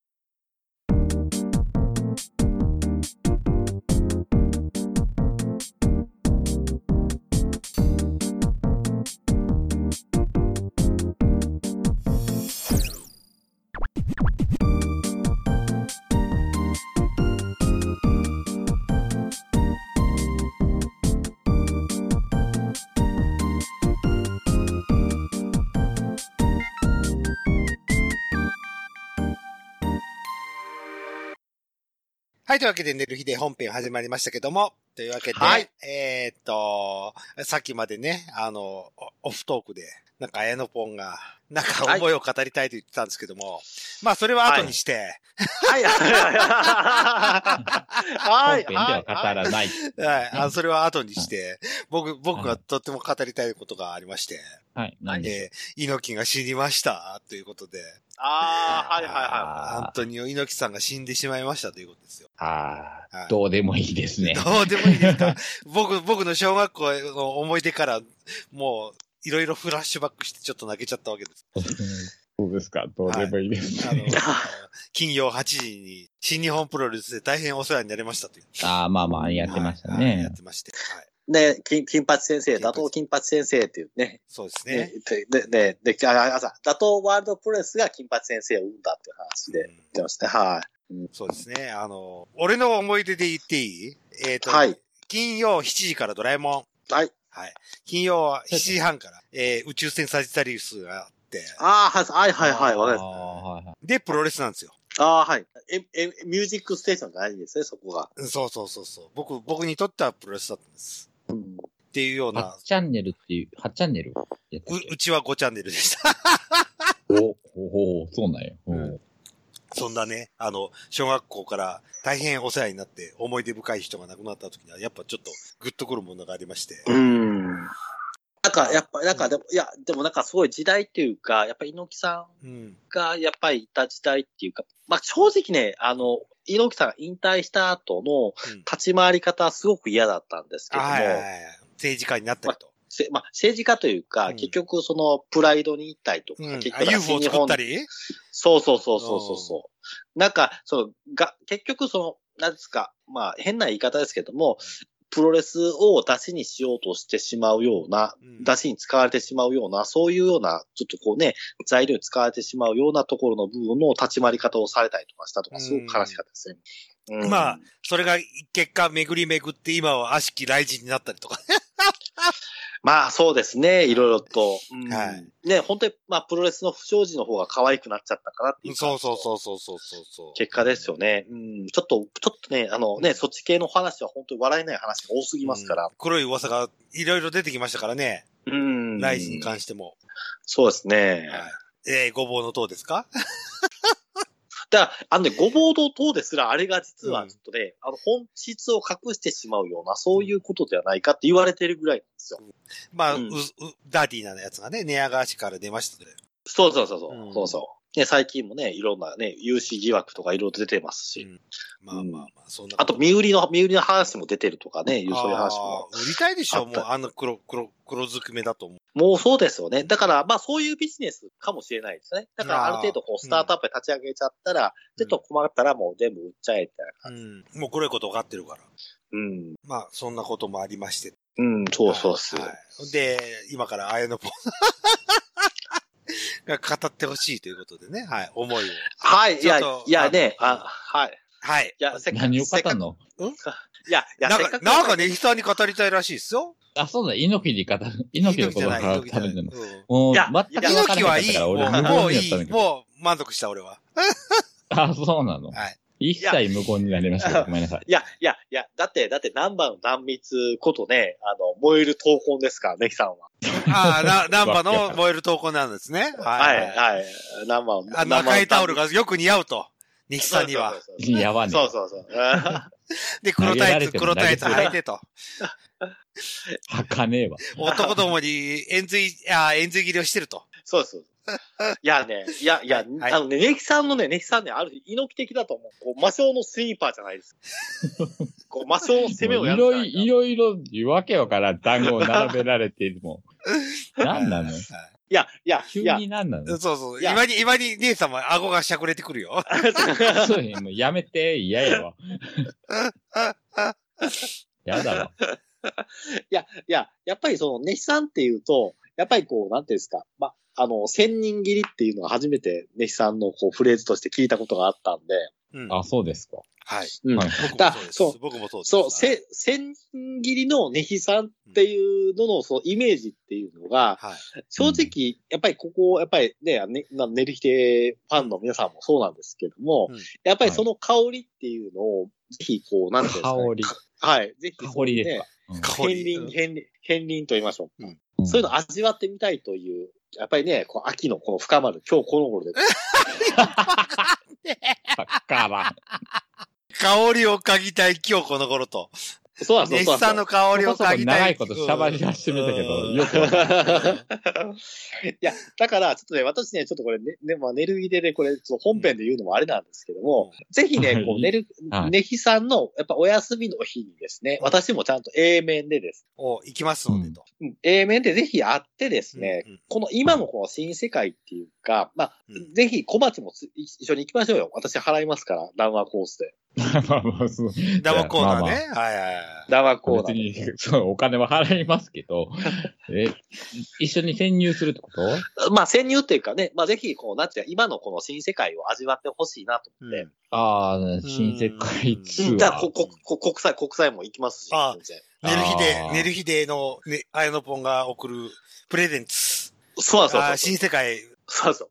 A: はい。というわけで、寝る日で本編始まりましたけども、というわけで、
C: はい
A: えーっと、さっきまでね、あの、オオフトークで、なんか、綾野ポンが、なんか思いを語りたいと言ってたんですけども、まあ、それは後にして、
C: はい、
B: 本
C: はい、はい、
B: 編では語らな
A: は
B: い。
A: い。あ
B: ね
A: それは後にして、僕、僕がとっても語りたいことがありまして、
B: はい、なんでしょう。
A: えー、猪木が死にました、ということで、
C: ああ、はい、はい、は
A: アン
B: あ
A: トニオ猪木さんが死んでしまいましたということですよ。
B: ーあ
A: は
B: ー
A: い、
B: どうでもいいですね。
A: どうでもいいですか僕、僕の小学校の思い出から、もう、いろいろフラッシュバックしてちょっと泣けちゃったわけです。
B: そうですか、どうでもいいです
A: あの
B: ね。、
A: 金曜8時に新日本プロレスで大変お世話になりましたという。
B: ああ、まあまあ、やってました
A: はいはいや
B: ね
A: っ。てまして。はい。
C: い。ね、金、金八先生、打倒金八先生っていうね。
A: そうです
C: ね
A: ね。、
C: で、で、で、であ、あ、打倒ワールドプロレスが金八先生を生んだっていう話で
A: う
C: 言
A: ん
C: ってましたね。はい。
A: そうですね。あの、俺の思い出で言っていいえっ、と、
C: はい
A: 金曜7時からドラえもん。
C: はい。
A: はい。金曜は7時半から、えー宇宙船サジタリウスがあって、
C: ああ、はい、はい、はい、わかり
B: あー
C: ま
B: はいはい
A: で、プロレスなんですよ。
C: す。ああ、はい。え、え、ミュージックステーションじゃないんですね、そこが。
A: うんそうそうそうそう。僕、僕にとってはプロレスだったんです。
C: うん。
A: っていうような
B: 8、チャンネルっていう、8チャンネルやった
A: う
B: っけ
A: うちは5チャンネルでした。
B: お、お、お、そうなんや。お
A: うんそんなね、あの、小学校から大変お世話になって、思い出深い人が亡くなった時には、やっぱちょっとグッとくるものがありまして。
C: うん。なんか、やっぱ、なんか、でも、いや、でもなんかすごい時代っていうか、やっぱ猪木さん
A: うん。
C: がやっぱりいた時代っていうか、まあ正直ね、あの、猪木さんが引退した後の
A: うん
C: 立ち回り方はすごく嫌だったんですけども、
A: はいはいはい。政治家になったりと。
C: せまあ、政治家というか、
A: うん
C: 結局そのプライドに行ったりとか、
A: うん。
C: 結
A: あ
C: 局
A: UFO 作った
C: り
A: り
C: そうそうそうそうそうそう。なんか、その、が、結局その、なんですか、まあ変な言い方ですけども、プロレスを出しにしようとしてしまうような、
A: うん
C: 出しに使われてしまうような、そういうような、ちょっとこうね、材料に使われてしまうようなところの部分の立ち回り方をされたりとかしたとか、すごく悲しかったですね。うん
A: まあ、それが結果巡り巡って今は悪しき雷神になったりとか。
C: まあそうですね、いろいろと。うん
A: はい
C: ね、本当に、まあプロレスの不祥事の方が可愛くなっちゃったかなっていう。
A: そうそうそうそうそうそうそう。
C: 結果ですよね。うん。ちょっと、ちょっとね、あのね、そっち系の話は本当に笑えない話が多すぎますから
A: うん。黒い噂がいろいろ出てきましたからね。
C: うん。
A: ライジに関しても。
C: そうですね。
A: はい。えー、ごぼうの塔ですか
C: だから、あのね、ごぼうの塔ですら、あれが実はちょっとね、あの、本質を隠してしまうような、そういうことではないかって言われてるぐらいなんですよ。
A: まあ、
C: うん
A: ううダディなやつがね、寝屋川市から出ましたね。
C: そうそうそうそう。
A: うん
C: そうそう。ね、最近もね、いろんなね、融資疑惑とかいろいろ出てますし、
A: うんまあまあまあ、そんなこ。
C: あと、身売りの、身売りの話も出てるとかね、いうそういう話も。
A: あー売りたいでしょ
C: あっ
A: もう
C: た
A: あの黒、黒、黒ずくめだと思う。
C: もうそうですよね。だから、まあそういうビジネスかもしれないですね。だからある程度こう、スタートアップで立ち上げちゃったら、ちょっと困ったらもう全部売っちゃえみたいな
A: う
C: 感じ。
A: ん。もう黒いこと分かってるから。
C: うん。
A: まあ、そんなこともありまして。
C: うん、そうそうっす。
A: はいで、今から綾野ポン が語ってほしいということでね、はい、思いを。
C: はい、いや、
A: ちょっ
C: い
A: と
C: やね、
A: あの
C: あ、はい。
A: はい。
C: いや、せっかく。
B: 何を語
C: せっか
B: る
C: く
B: の
C: いや、いや、
A: なん
C: せっ
A: か、
C: く
A: なんかね、久に語りたいらしいですよ。
B: あ、そうだ、猪木に語る、猪木のことが語
A: 猪木じゃな
B: る
A: い猪木
B: んだ。
A: じゃないうん
B: もう、
C: いや
B: 全く分からな
A: 猪
B: かっ
A: 木はい
B: た
A: い。
B: か
A: も
B: ら、俺、
A: う、
B: 無
A: もう
B: 言や
A: い
B: ったんだ
A: い。
B: けど。
A: もう満足した、俺は。
B: あ、そうなの。
A: はい。
B: 一切無言になりました。ごめんなさい。
C: いや、いや、いや、だって、だって、ナンバーの断密ことね、あの、燃える闘魂ですから、ネキさんは。
A: ああ、な、ナンバの燃える投稿なんですね。は。
C: はいい、はい。ナンバー
A: あの赤いタオル、がよく似合うと。ニキさんには。。
B: やばね。
C: そうそうそう。
A: で、黒タイツ、
B: 投げられても
A: 黒タイツ
B: 投げ
C: て
A: 履
C: も
A: いてと。
B: はかねえわ。
A: 男どもに、円髄、あー円髄切りをしてると。
C: そうそう。いやね、いや、いや、
A: はい
C: あのね、ネキさんのね、ネキさんね、ある日、猪木的だと思う。こう、魔性のスイーパーじゃないです。こう、魔性の攻めをや
B: い
C: るんじゃな
B: ろ
C: い
B: い
C: い
B: ろ、いろいろ、わけわからん単語を並べられてるもん。なんな
A: は
B: の
A: い
C: や、いや、
B: 急
C: いや、
B: になんなの
A: そうそう。
C: いや
A: 今に、今に姉様、顎がしゃくれてくるよ。
B: そうね、もうやめて、嫌やわ。やだわ。
C: いや、やっぱりその、ネヒさんっていうと、やっぱりこう、なんていうんですか、ま、あの、千人切りっていうのは初めてネヒさんのこう、フレーズとして聞いたことがあったんで、
A: うん
B: あ、そうですか。
A: はい。
C: うん
B: はい
A: 僕も
C: だ
A: そうです
C: そ。
A: 僕もそうです。
C: そう、せ、千人切りのネヒさんっていうのの、そのイメージっていうのが、
A: はい。
C: 正直、やっぱりここ、やっぱりね、ねな練りきてファンの皆さんもそうなんですけども、
A: うん
C: やっぱりその香りっていうのを、ぜひこう、なんていうんです
B: 香
C: か、ね、
B: り。
C: はい。ぜひそ
B: 香
C: のね、
B: りですか。
A: 香
C: 片
A: り。
C: 鱗、片鱗、片鱗と言いましょう。
B: ん
C: そういうの味わってみたいという、やっぱりね、こう秋のこの深まる、今日この頃で。
B: わからん。
A: 香りを嗅ぎたい今日この頃と。
C: そうなんで
A: ネ
C: すよ
A: シ
C: そ
A: さ
C: うなんん
A: の
C: です
A: 香り
B: そ
A: を
B: こそこ
A: 嗅ぎたい。
B: 長いことしゃばり始めたけど、
A: うん
B: よくわからん
C: よ いや、だから、ちょっとね、私ね、ちょっとこれね、ねまあ、寝るぎでね、これ、ちょっと本編で言うのもあれなんですけども、ぜひね、こう、寝る、
B: はい
C: ねひさんの、やっぱお休みの日にですね、私もちゃんと A 面でです。
A: お、行きますのでと。
C: うん A 面でぜひ会ってですね、
A: うんうん
C: この今のこの新世界っていうか、まあ、
A: うん
C: ぜひ小鉢もつ一緒に行きましょうよ。私払いますから、談話コースで。
B: まあまあそう
A: ダボコーナー
B: まあ
A: ね。はいはいはい。
C: 談話コーナー
B: 別
C: で。
B: に、 そう、お金は払いますけ ど、え、一緒に潜入するってこと
C: まあ、潜入っていうかね、まあ、ぜひ、こう、なんていうか今のこの新世界を味わってほしいなと思って。
A: うん
B: ああ、新世界ツ
A: う
B: ア
A: ん
B: ー。
C: じゃあ、こ、こ、こ、国際、国際も行きますし。
A: あ
C: 全然
A: 寝る日
B: あ
A: で、
B: ー
A: 寝る日での、ね、あやのぽんが送るプレゼンツ。
C: そうそう
A: あ
C: そ
A: ー
C: うそう。
A: 新世界。
C: そうそう。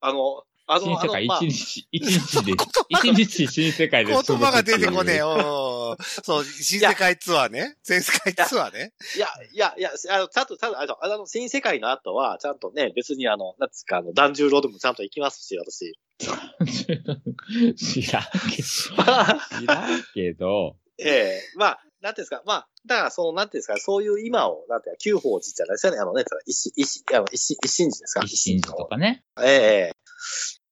C: あの、あの、
B: 新世界
C: あのまあ
B: 一日、一 日で、
A: 葉
B: 一日新世界で
A: 言
B: 過ごすっていう
A: 葉が出てこねえ。おーそう、新世界ツアーね。全世界ツアーね。
C: いや、いや、いや、あの、ちゃんと、ちゃんと、あの、あの新世界の後は、ちゃんとね、別にあの、なんつうか、あの、團十郎でもちゃんと行きますし、私。
B: 知らんけど。
C: まあ
B: 知らんけど、
C: ええまあ、なんていうんですか、まあ、だから、その、なんていうんですか、そういう今を、なんていうか、九宝寺じゃないですかね、あの、ね、一、一、あの、一、一心寺ですか
B: 一心寺とかね。
C: ええええ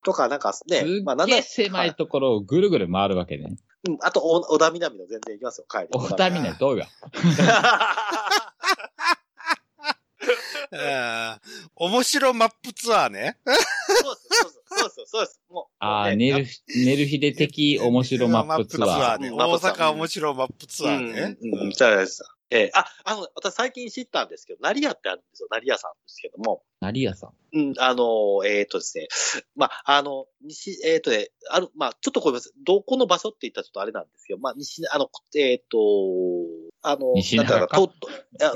C: とか、なんか
B: す
C: ね、まあ、な
B: っ
C: ん
B: げ
C: だ
B: え狭いところをぐるぐる回るわけね。
C: うん、あと、お、おだみなみの全然行きますよ、帰り。
B: お二人ね、どうよ。
A: うん。面白マップツアーね。
C: そうです、そうです、そうです、そうです。もう。
B: ああ、
C: もう
B: 寝る、寝る日で的面白マップツアー。
A: ね
C: うん
A: 大阪面白マップツアーね。
C: うん、うん、じゃないですか。ええあ、あの、私最近知ったんですけど、成屋ってあるんですよ、成屋さんですけども。
B: 成屋さん。
C: うん、あの、えっ、とですね。まあ、あの、西、えっ、とね、ある、まあ、ちょっとこれ、どこの場所って言ったらちょっとあれなんですけど、まあ、西、あの、えっ、と、あの、
B: 西
C: なんだろ
B: 中
C: う
B: か
C: と、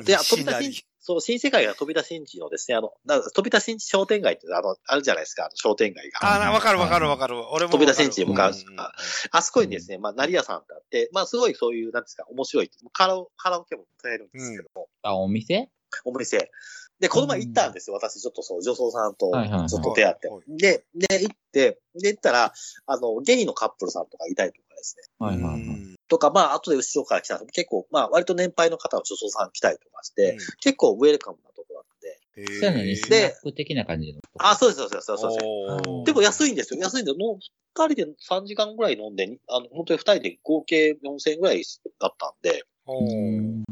C: といや、
A: 西
C: 飛び出
A: 成
C: し、そう、新世界が飛び出しんちのですね、あの、な飛び出しんち商店街って、あの、あるじゃないですか、あの商店街が。
A: あー、なわかるわかるわかる。俺も。
C: 飛び出しんちに向かう
A: あ
C: あそこにですね、まあ、成屋さんってあって、まあ、すごいそういう、なんですか、面白い、カラオカラオケも歌えるんですけども、
B: あ、お店
C: お店。で、この前行ったんですよ、私、ちょっとそう、女装さんと
B: はいはいは、い
C: ちょっと出会って
A: はいは。い
C: で、で、行って、で、行ったら、あの、ゲイのカップルさんとかいたりとかですね、
B: はいはいはい。
C: とか、まあ、後で後ろから来た人も結構、まあ、割と年配の方の女装さん来たりとかして、結構ウェルカムなとこだったんで、
B: そういうのにスナ
C: で
B: ック的な感じの。
C: あ、そうです、そうです、そうですそうです。
B: うん
C: でも安いんですよ。安いんで、もう二人で3時間ぐらい飲んで、にあの、本当に二人で合計4000円ぐらいだったんで、
B: うん。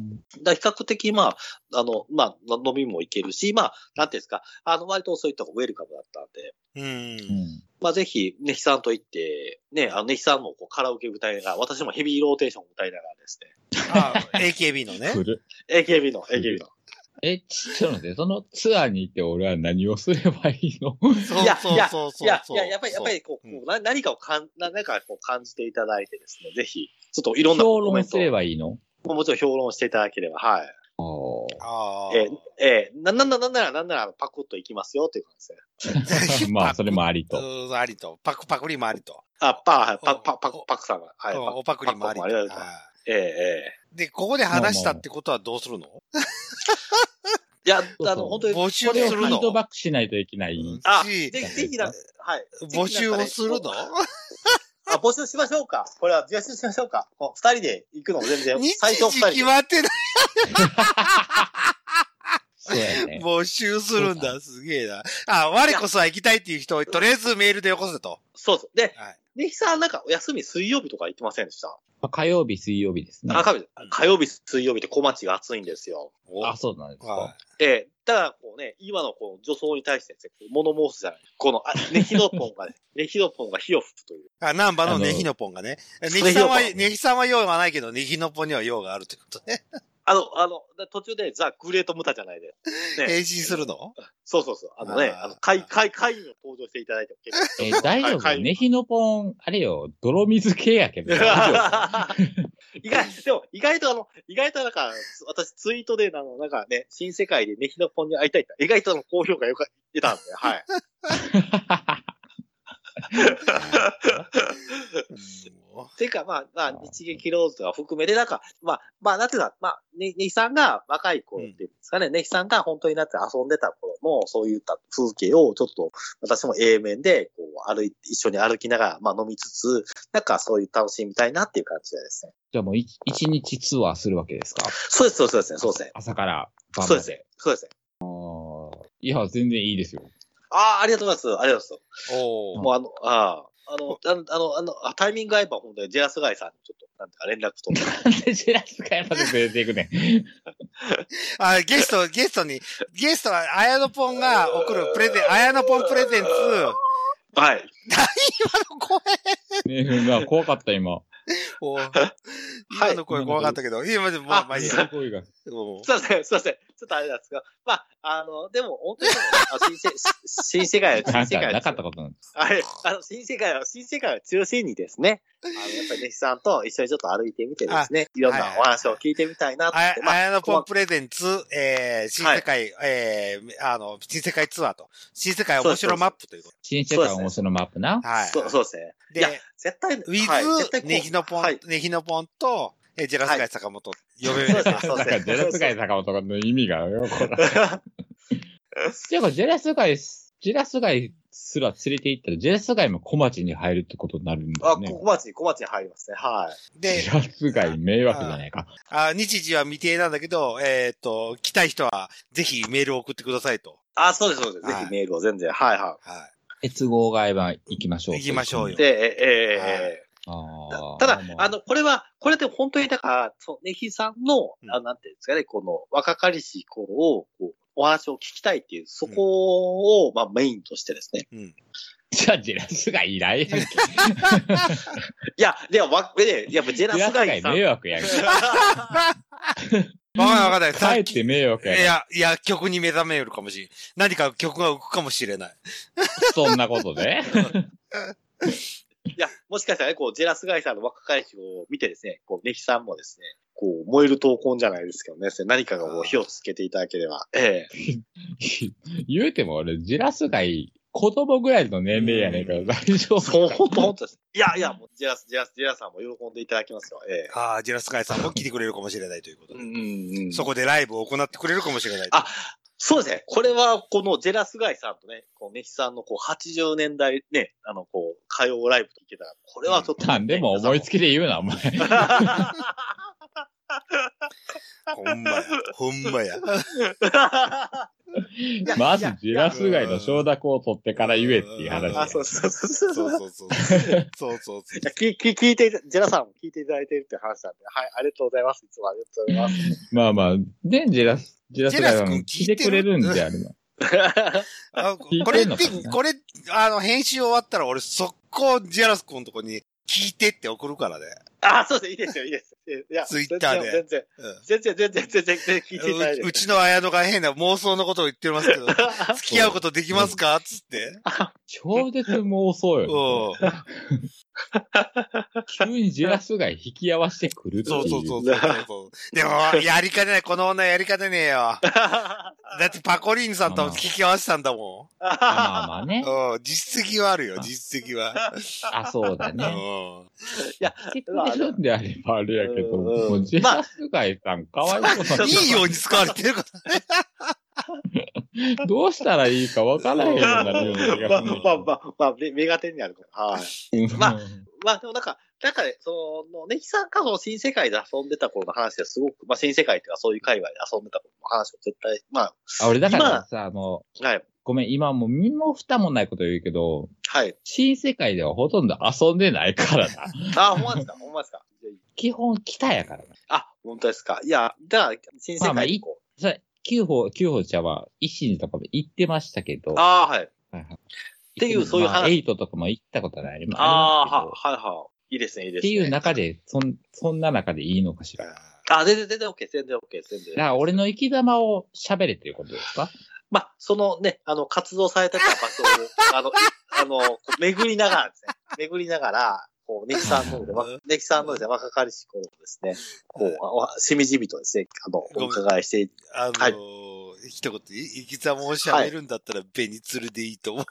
C: だから比較的、まあ、あの、まあ、飲みもいけるし、まあ、なんていうんですか、あの、割とそういったとこウェルカムだったんで、
A: うん。
B: うん
C: まあ、ぜひ、ねひさんと行って、ね、あの、ねひさんもこうカラオケ歌いながら、私もヘビーローテーション歌いながらです
A: あ、AKB のね。
B: 古っ
C: ね、AKB の、AKB の。
B: え、ちちょっと待って、そのツアーに行って俺は何をすればいいの
A: そう
C: いや
A: そうそうそう。
C: いや、いや、やっぱり、やっぱり、こう、
A: うん
C: こうな何かをかん、な何かをこう感じていただいてですね、ぜひ、ちょっといろんな
B: 評
C: コ
B: 論
C: メント
B: すればいいの
C: を、もちろん評論していただければ、はい。
B: ああ
A: ああ。
C: えー、えー、な、なんなら、なんなら、なんなら、パクッといきますよ、という感じです ね。
B: まあ、それもありと。
A: うんありと。パクパクリもありと。
C: あ、パー、パ、パ、パ、パクさんが、はい。
A: うん
C: パ
A: おパクリもあり
C: パクもあり
A: と。
C: だと
A: はい
C: えー、えー。
A: で、ここで話したってことはどうするの
C: いや、
B: そう
C: あの、本当に。
A: 募集
B: これを
A: す
B: フ
A: る
B: ィ
A: の
B: ードバックしないといけない。
C: あ、ぜ
A: し
C: ひ、ぜひな、はい。
A: 募集をするの
C: あ、募集しましょうか。これは、募集しましょうか。こう二人で行くのも全 然
A: 日、
C: 最
A: 時
C: 初二人
A: 決
C: で。
A: まってない
B: そうやね。 ね。
A: 募集するんだ。すげえな。あ、我こそは行きたいっていう人を、とりあえずメールでよこせと。
C: そうそう。で、
A: はい
C: ネヒさんなんかお休み水曜日とか言ってませんでした
B: まあ火曜日、水曜日ですね。
C: あ火曜日火曜日、水曜日って小町が暑いんですよ。
A: お
B: あ、そうなんです
A: は
B: か。
C: ええだからこうね、今のこう女装に対して、ね、物申すじゃない。この、あネヒドポンがね、 ネヒドポンが火を吹くという。
A: い。あ、ナンバ
B: あ
A: の
B: の
A: ネヒノポンがね。ネ
C: ヒ
A: ヒ
C: ノポン
A: さんは、ネヒさんは用はないけど、ネヒノポンには用があるということね。
C: あの、あの、途中でザ・グレート・ムタじゃな いで。ね
A: 変身するの
C: そうそうそう。あのね、
A: あー
C: あの、会、会、会にも登場していただいても結構
B: えー大丈
C: 会
B: 夫
C: 議
B: ねひのぽん、あれよ、泥水系やけど。大丈
C: 意外、でも、意外とあの、意外となんか、つ私ツイートで、あの、なんかね、新世界でネヒノポンに会いたいって、意外とあの、高評価よく出たんで、はい。ていうか、まあ、まあ、日劇ローズとか含めて、なんか、まあ、まあ、なんていうか、まあ、ね、ネヒさんが若い頃っていうんですかね、ネヒさんが本当になって遊んでた頃の、そういった風景を、ちょっと、私も A 面で、こう、歩いて、一緒に歩きながら、まあ、飲みつつ、なんか、そういう楽しみたいなっていう感じでですね。
B: じゃあもうい一日ツアーするわけですか
C: そうです、そうですそうですね、そうですね。
B: 朝から晩まで。
C: そうですね。そうですね。
B: いや、全然いいですよ。
C: ああ、ありがとうございます。ありがとうございます。
A: おー
C: もうあの、ああ、あの、あの、あの、あのあタイミング合えば、本当にジェラスガイさんにちょっと、なんていうか連絡取って。
B: なんでジェラス会まで連れていくねん。
A: あ、ゲスト、ゲストに、ゲストは、綾野ぽんが送るプレゼン、綾野ぽんプレゼンツ、
C: はい。
A: 今の声、
B: ねえ、まあ怖かった、今。
A: おー今の声怖かったけど、今でも、まあ、まあいいや。
B: 声が
A: おー
C: すいません、すいません。ちょっとあれなんですが、まあ、あの、でも、本当に、あ新世、新世界は、
B: な
C: 新
B: ん
C: 世界
B: か
C: は
B: なかったことなんです。
C: あれ、あの、新世界は、新世界を中心にですね、あの、やっぱり、ネシさんと一緒にちょっと歩いてみてですね、いろんなお話を聞いてみたいなって、
A: あ
C: まあ、
A: やのぽんプレゼンツ、えー、新世界、えー、あの、新世界ツアーと、新世界面白マップというこ
B: 新世界面白のマップな
A: と。。はい。
C: そうそうですね。い
A: で
C: や、、絶対、
A: ウィ
C: はい絶対
A: ズ、
C: こう
A: ネヒノポ
C: は
A: ン
C: い、
A: ネヒノポンと、えージェラスガイ坂本、呼べ
C: そうで
A: る
C: すね、そう
B: だか
C: です
B: ら
C: ね。
B: ジェラス会坂本の意味がよ、これ。ていうか、ジェラス会、ジェラス会すら連れて行ったら、ジェラス会も小町に入るってことになるんだ
C: あ、
B: よ
C: こ
B: ね
C: 小。町に、小町に入りますね。はい。
A: で
B: ジ、ェラス会迷惑じゃないか。
A: あ日時は未定なんだけど、えっ、と、来たい人は、ぜひメールを送ってくださいと。
C: あ、そうです、そうです。ぜ
A: はい
C: ひメールを全然。はいは
A: は
B: 越合外は行きましょう。
A: 行きましょう
C: い。
A: よ
C: で、え、え
A: はい
C: ええ
B: あー
C: ただ
B: ま、
C: あの、これは、これで本当に、だから、そう、ネヒさんの
A: う、ん
C: あのなんていうんですかね、この、若かりし頃を、こう、お話を聞きたいっていう、そこを、まあ、メインとしてですね。
A: い。うん。
B: じゃあ、ジェラスがいないやんけ。ジ
C: いや、では、わ、え、やっぱジ
B: ェ
C: ェラ
B: ラ
C: ス
B: ス
C: ガイ
B: 会
C: さん。
B: 迷惑やんけ。
A: わかんないわかんない。さっ
B: 帰っ
A: き
B: て迷惑やん
A: い
B: け。
A: や、いや、曲に目覚めるかもしれない。何か曲が浮くかもしれない。
B: そんなことで。
C: いや、もしかしたらね、こう、ジェラスガイさんの若かりしを見てですね、こう、ネヒさんもですね、こう、燃える闘魂じゃないですけどね、何かがこう、火をつけていただければ、ええ。
B: 言うても俺、ジェラス会、子供ぐらいの年齢やねんから大丈夫。
C: そう、本当本当です。いやいや、もう、ジェラス、ジェラス、ジェラスさんも喜んでいただきますよ。ええ。
A: ああ、ジェラスガイさんも来てくれるかもしれないということで。
C: ん
A: そこでライブを行ってくれるかもしれない。
C: あそうですね。これは、このジェラスガイさんとね、こう、メヒさんの、こう、80年代ね、あの、こう、歌謡ライブと聞けたら、これはちょっと、
B: なんでも思いつきで言うな、お前。
C: 皆さんも
A: ほんまや。ほんまや。
B: まず、ジェラス街の承諾を取ってから言えっていう話や
C: あ、そうそうそう
A: そ
C: そうう。
A: そうそう。そうそうそう
C: い。やきき聞いて、ジェラさんも聞いていただいてるって話なんで、はい、ありがとうございます。いつもありがとう
B: まあまあ、で、ジェラス、ジェラス街
A: ジェラス
B: は
A: 君聞
B: 来
A: いてる
B: てくれるんであれば。
C: ございます。
A: あ
B: 聞い
A: これ
B: て
A: っ
B: んの
A: て
B: かな、
A: これ、あの、編集終わったら俺速攻ジェラス君のとこに聞いてって送るからね。
C: あ、そうです。いいですよ、いいです。いや、
A: ツイッターで
C: 全然、
A: うん
C: 全然、全然、全然、全然聞いていただいて
A: う。うちの綾野が変な妄想のことを言ってますけど、付き合うことできますかつって。
B: 超絶妄想よ。
A: うん
B: 急にジェラス街引き合わせてくるって
A: そうそうそ
B: いうう。
A: そうそう。でも、やりかねない。この女やりかねねえ よ。だってパコリーニさんと聞き合わせたんだも
B: まあまあね
A: ん。。うん、実績はあるよ、実績は。
B: あ、そうだ
A: う
B: ね。
A: ん。
B: 来てくれるんであればあれやけど、
C: うん
B: もうジェラス街さん、かわいそうなん
A: いいように使われてるから。
B: どうしたらいいかわからへんようになるような気が
C: まあ
B: する
C: まあまあ、まあ、メメガテンになるから。はい。
B: うん。
C: まあまあでもなんか、なんかね、その、ネヒさんがその新世界で遊んでた頃の話ですごく、まあ新世界というかそういう界隈で遊んでた頃の話を絶対、ま
B: あ、俺だからさ、もう、
C: あ、はい、
B: ごめん、今もう身も蓋もないこと言うけど、
C: はい。
B: 新世界ではほとんど遊んでないからな。
C: あ、ほんまですか、ほんまですか。
B: 基本北やからな。
C: あ、本当ですか。いや、じゃあ、新世
B: まあまあ
C: 界
B: い
C: 以
B: い
C: 降。
B: それ、九宝、九宝ちゃんは、一心とかも行ってましたけど、
C: ああ、はい。
B: って
C: いうそういう話
B: エイトとかも行ったことない。ま
C: ああ、
B: ありま
C: は、はいはい。いいですね、いいで
B: す
C: す
B: け
C: ね。
B: どっていう中で、そん、そんな中でいいのかしら。だか
C: あ、全然、全然 OK、全然 OK、全然。
B: ら俺の生き様を喋れっていうことですか
C: まあ、そのね、あの、活動された場所を、あの、い あの、こう巡りながらですね、巡りながら、こう、ネキさんので、わネキさんのですね、若かりし頃のですね、こう、あわしみじみとですね、あの、
A: めん
C: お伺いして、
A: あのー
C: はい
A: 一言、い生きざまを喋るんだったら、ベニツルでいいと思う。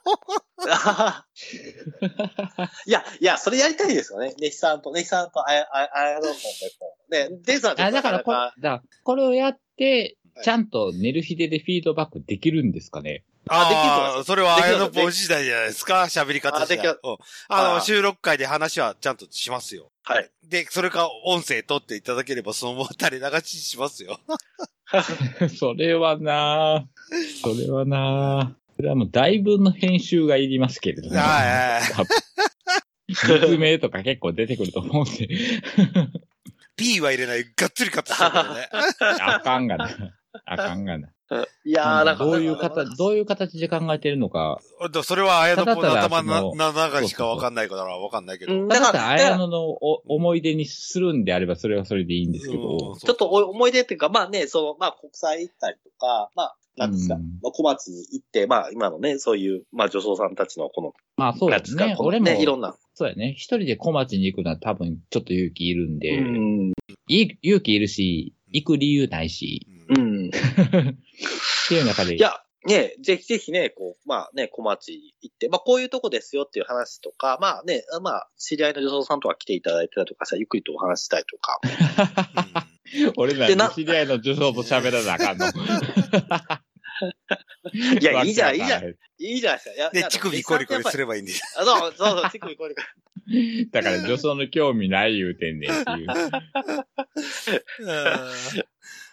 C: あははいや、いや、それやりたいですよね。ネキさんと、ネキさんと、あや、あや、あやの方で、こう、ね、デザート
B: あだからこ、だからこれをやって
C: は、い
B: ちゃんと寝る日ででフィードバックできるんですかね、
C: あできると思い
A: あ
C: ま
A: ーそれは
C: できる
A: 綾
C: と思
A: 野
C: います
A: 坊次第じゃないですか喋り方
C: あ
A: 次
C: でき
A: 第。
C: る
A: うんあ
C: あ
A: の、
C: ー
A: 収録会で話はちゃんとしますよ。
C: はい。
A: で、それか音声取っていただければそのまま垂れ流しします よ。
B: それはなぁ。それはなぁ。それはもうだいぶの編集がいりますけれども。
A: はいはい。
B: 実名とか結構出てくると思うんで、
A: P は入れない、がっつりカットしてる からね。
B: あかんがな。あかんがな。
C: いやー、なんか、
B: どういう
C: なんか
B: 形、どういう形で考えてるのか、
A: うんそれは綾野坊の頭の
B: ただただそ
A: な中しかわかんないからわかんないけど。
C: うん
B: た
C: だ
B: だ
C: か
B: た
C: ら、
B: 綾野のお思い出にするんであれば、それはそれでいいんですけ
A: う
B: ど
A: ん、
C: ちょっとお思い出っていうか、まあね、その、まあ国際行ったりとか、まあ、なんですか、
B: うん
C: まあ小町に行って、まあ今のね、そういう、まあ女装さんたちのこの、
B: まあそう
C: なん
B: で
C: ですすか、
B: ね。
C: こ
B: 俺
C: の
B: も、
C: ね、いろんな。
B: そうやね。一人で小町に行くのは多分ちょっと勇気いるんで、
C: うん。
B: い勇気いるし、行く理由ないし、
A: う
C: う んん。
B: っていう中で、
C: いや、ね、ぜひぜひね、こう、まあね、小町行って、まあこういうとこですよっていう話とか、まあね、まあ知り合いの女装さんとか来ていただいてたりとかさ、ゆっくりとお話ししたりとか。
B: 俺ら
C: でな
B: の知り合いの女装と喋らなあかんの。
C: いや、いいじゃん、い
B: わけ
C: いじ
B: わか、
C: ゃん
B: らへ
C: いいじゃないですか。いや
A: で、乳首コリコリす
C: る。
A: ればいいんです。
C: あそうそうそう、乳首コリコリ。
B: んだから女装の興味ない言うてんねんっていう。
A: うん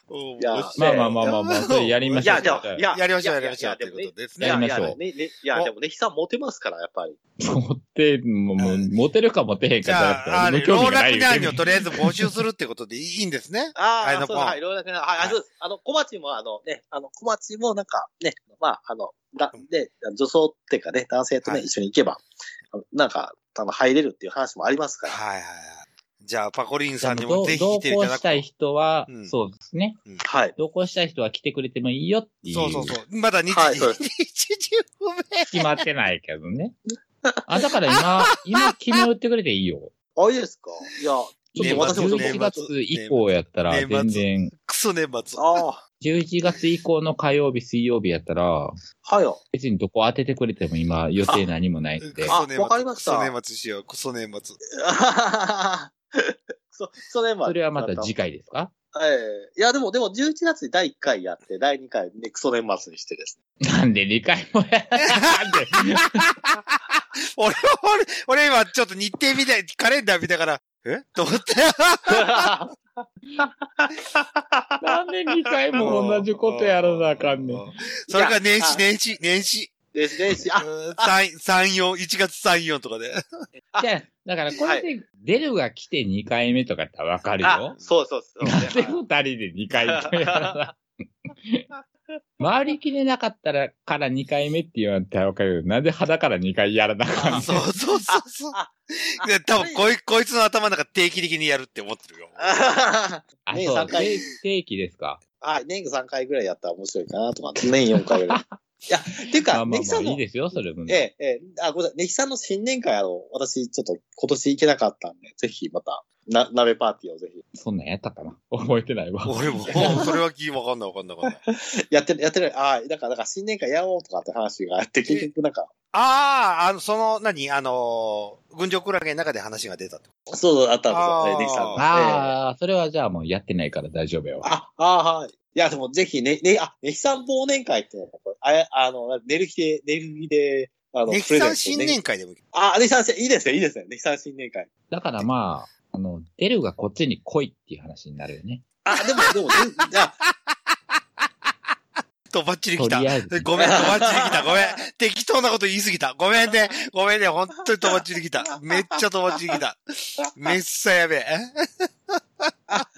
C: いや
A: 面
B: ま
A: 白
B: あ
A: い
B: まあまあまあまあ、それやりま
C: い
B: しょう。
C: や、でも、いや、
A: やりましょう、やりましょう、
C: い
A: という
C: やで
A: こ
C: も
A: と
C: ね
A: です
C: い
A: ね。
B: や
C: や、
B: りま
C: い
B: しょう
C: や、でもね、ねいや、でもね、ヒさんモテますから、やっぱり。
B: 持って、もう、もうモテるかモテへんか
A: じ
B: だっ
A: ゃ
B: た
A: あ、
B: ら
A: あ
B: 俺
A: れ、
B: の
A: 老
B: 興味がな
A: 若
B: い言
A: 男女
B: うてんねん
A: とりあえず募集するってことでいいんですね。
C: あ
A: はい
C: あ、
A: の
C: そう
A: ポン
C: はい、いろいろな、はい、
A: は
C: あ
A: い
C: そうです。あの、小町も、あのね、あの、小町もなんか、ね、まあ、あの、だ、で、女装っていうかね、男性とね、
A: はい
C: 一緒に行けば、あのなんか、多分入れるっていう話もありますから。
A: はいはいはい。じゃあ、パコリンさんに
B: ど
A: も
B: う
A: ぜひ
B: 同
A: 来
B: 行
A: ていただ
B: し
A: くと
B: たい人は
A: うん、
B: そうですね。
C: はい。
B: 同行したい人は来てくれてもいいよっていう。
A: そうそうそう。まだ 日
C: はい
A: 時、
C: そう
A: 日時不明。
B: 決まってないけどね。あ、だから 今、今決め打ってくれていいよ。
C: あ、いいですかいや、
B: ち
C: ち
B: ょ
C: ょ
B: っと
C: っと
B: 私
C: 私
B: も
C: も
B: 11月以降やったら、
A: 年末
B: 全然、
A: クソ年末。
C: ああ、
B: 11月以降の火曜日、水曜日やったら、
C: はいよ。
B: 別にどこ当ててくれても今予定何もないん
A: ク
B: で。
A: ソ年末。
C: あわかりました
A: クソ年末しよう。クソ年末。
C: あはははそ、それは。
B: それはまた次
C: 間。
B: 回ですか
C: ええいや、でも、でも、11月に第1回やって、第2回、ね、クソ年末にし てですね。
B: なんで2回もやなんで
A: 俺、俺、俺今ちょっと日程見たい、カレンダー見たから、えと思って。
B: なんで2回も同じことやらなあかんねん。
A: それから
C: い
A: 年
C: や
A: 始、
C: あ
A: 年始、年始。
C: ですね。しあ、
A: 3、4、1月3、4とかで。
C: あ
B: じゃあ、だからこれで、デルが来て2回目とかやってわかる
C: あ
B: よ、。
C: そうそうそう。
B: なんで2人で2回目 やらな回りきれなかったらから2回目って言われたらわかるよ。なんで肌から2回やらなあかんねん
A: そうそうそうそう
C: ああ。
A: で多分こい、こいつの頭の中定期的にやるって思ってるよ。
C: あ
B: あ、
C: ね
B: そう、
C: 3回
B: 定定期ですか。
C: はい、年3回ぐらいやったら面白いかなとか、年4回ぐら い。いや、ていう
B: まあ
C: か、
B: まあ
C: ネキ
B: ま
C: さ
B: あ
C: ん
B: いい
C: の、
B: ですよ、それも
C: え
B: ね。
C: え、ええ、あ、ごめんなさい、ネキさんの新年会、あの、私、ちょっと今年行けなかったんで、ぜひまた、な、鍋パーティーをぜひ。
B: そんなんやったかな覚えてないわ。
A: 俺も、それは気わかんないわかんないわかんない。
C: やってる、やってる、ああ、だから、だから新年会やろうとかって話があって、結局なんか、
A: ああ、あの、その、何あのー、群青クラゲの中で話が出たって。
C: そうそう、あったんです
A: あー
C: よ、ネキさんの。ええ
B: ああ、それはじゃあもうやってないから大丈夫よ。
C: あ、ああ、はい。いや、でもぜひね、ね、あ、ネヒさん忘年会っていうのがこれあや、あの、寝る日で、寝る日で、あ
A: ネキさん新年会でもいい。
C: あ、ネヒさん、いいですね、いいですね。ネヒさん新年会。
B: だからまあ、あの、デルがこっちに来いっていう話になるよね。
C: あ、でも、でも、でじゃあ、
A: とばっちり
B: と
A: 来た。
B: りあえず。
A: ごめん、とばっちり来た。ごめん。適当なこと言いすぎた。ごめんね。ごめんね。本当にとばっちり来た。めっちゃとばっちり来た。めっさやべえ。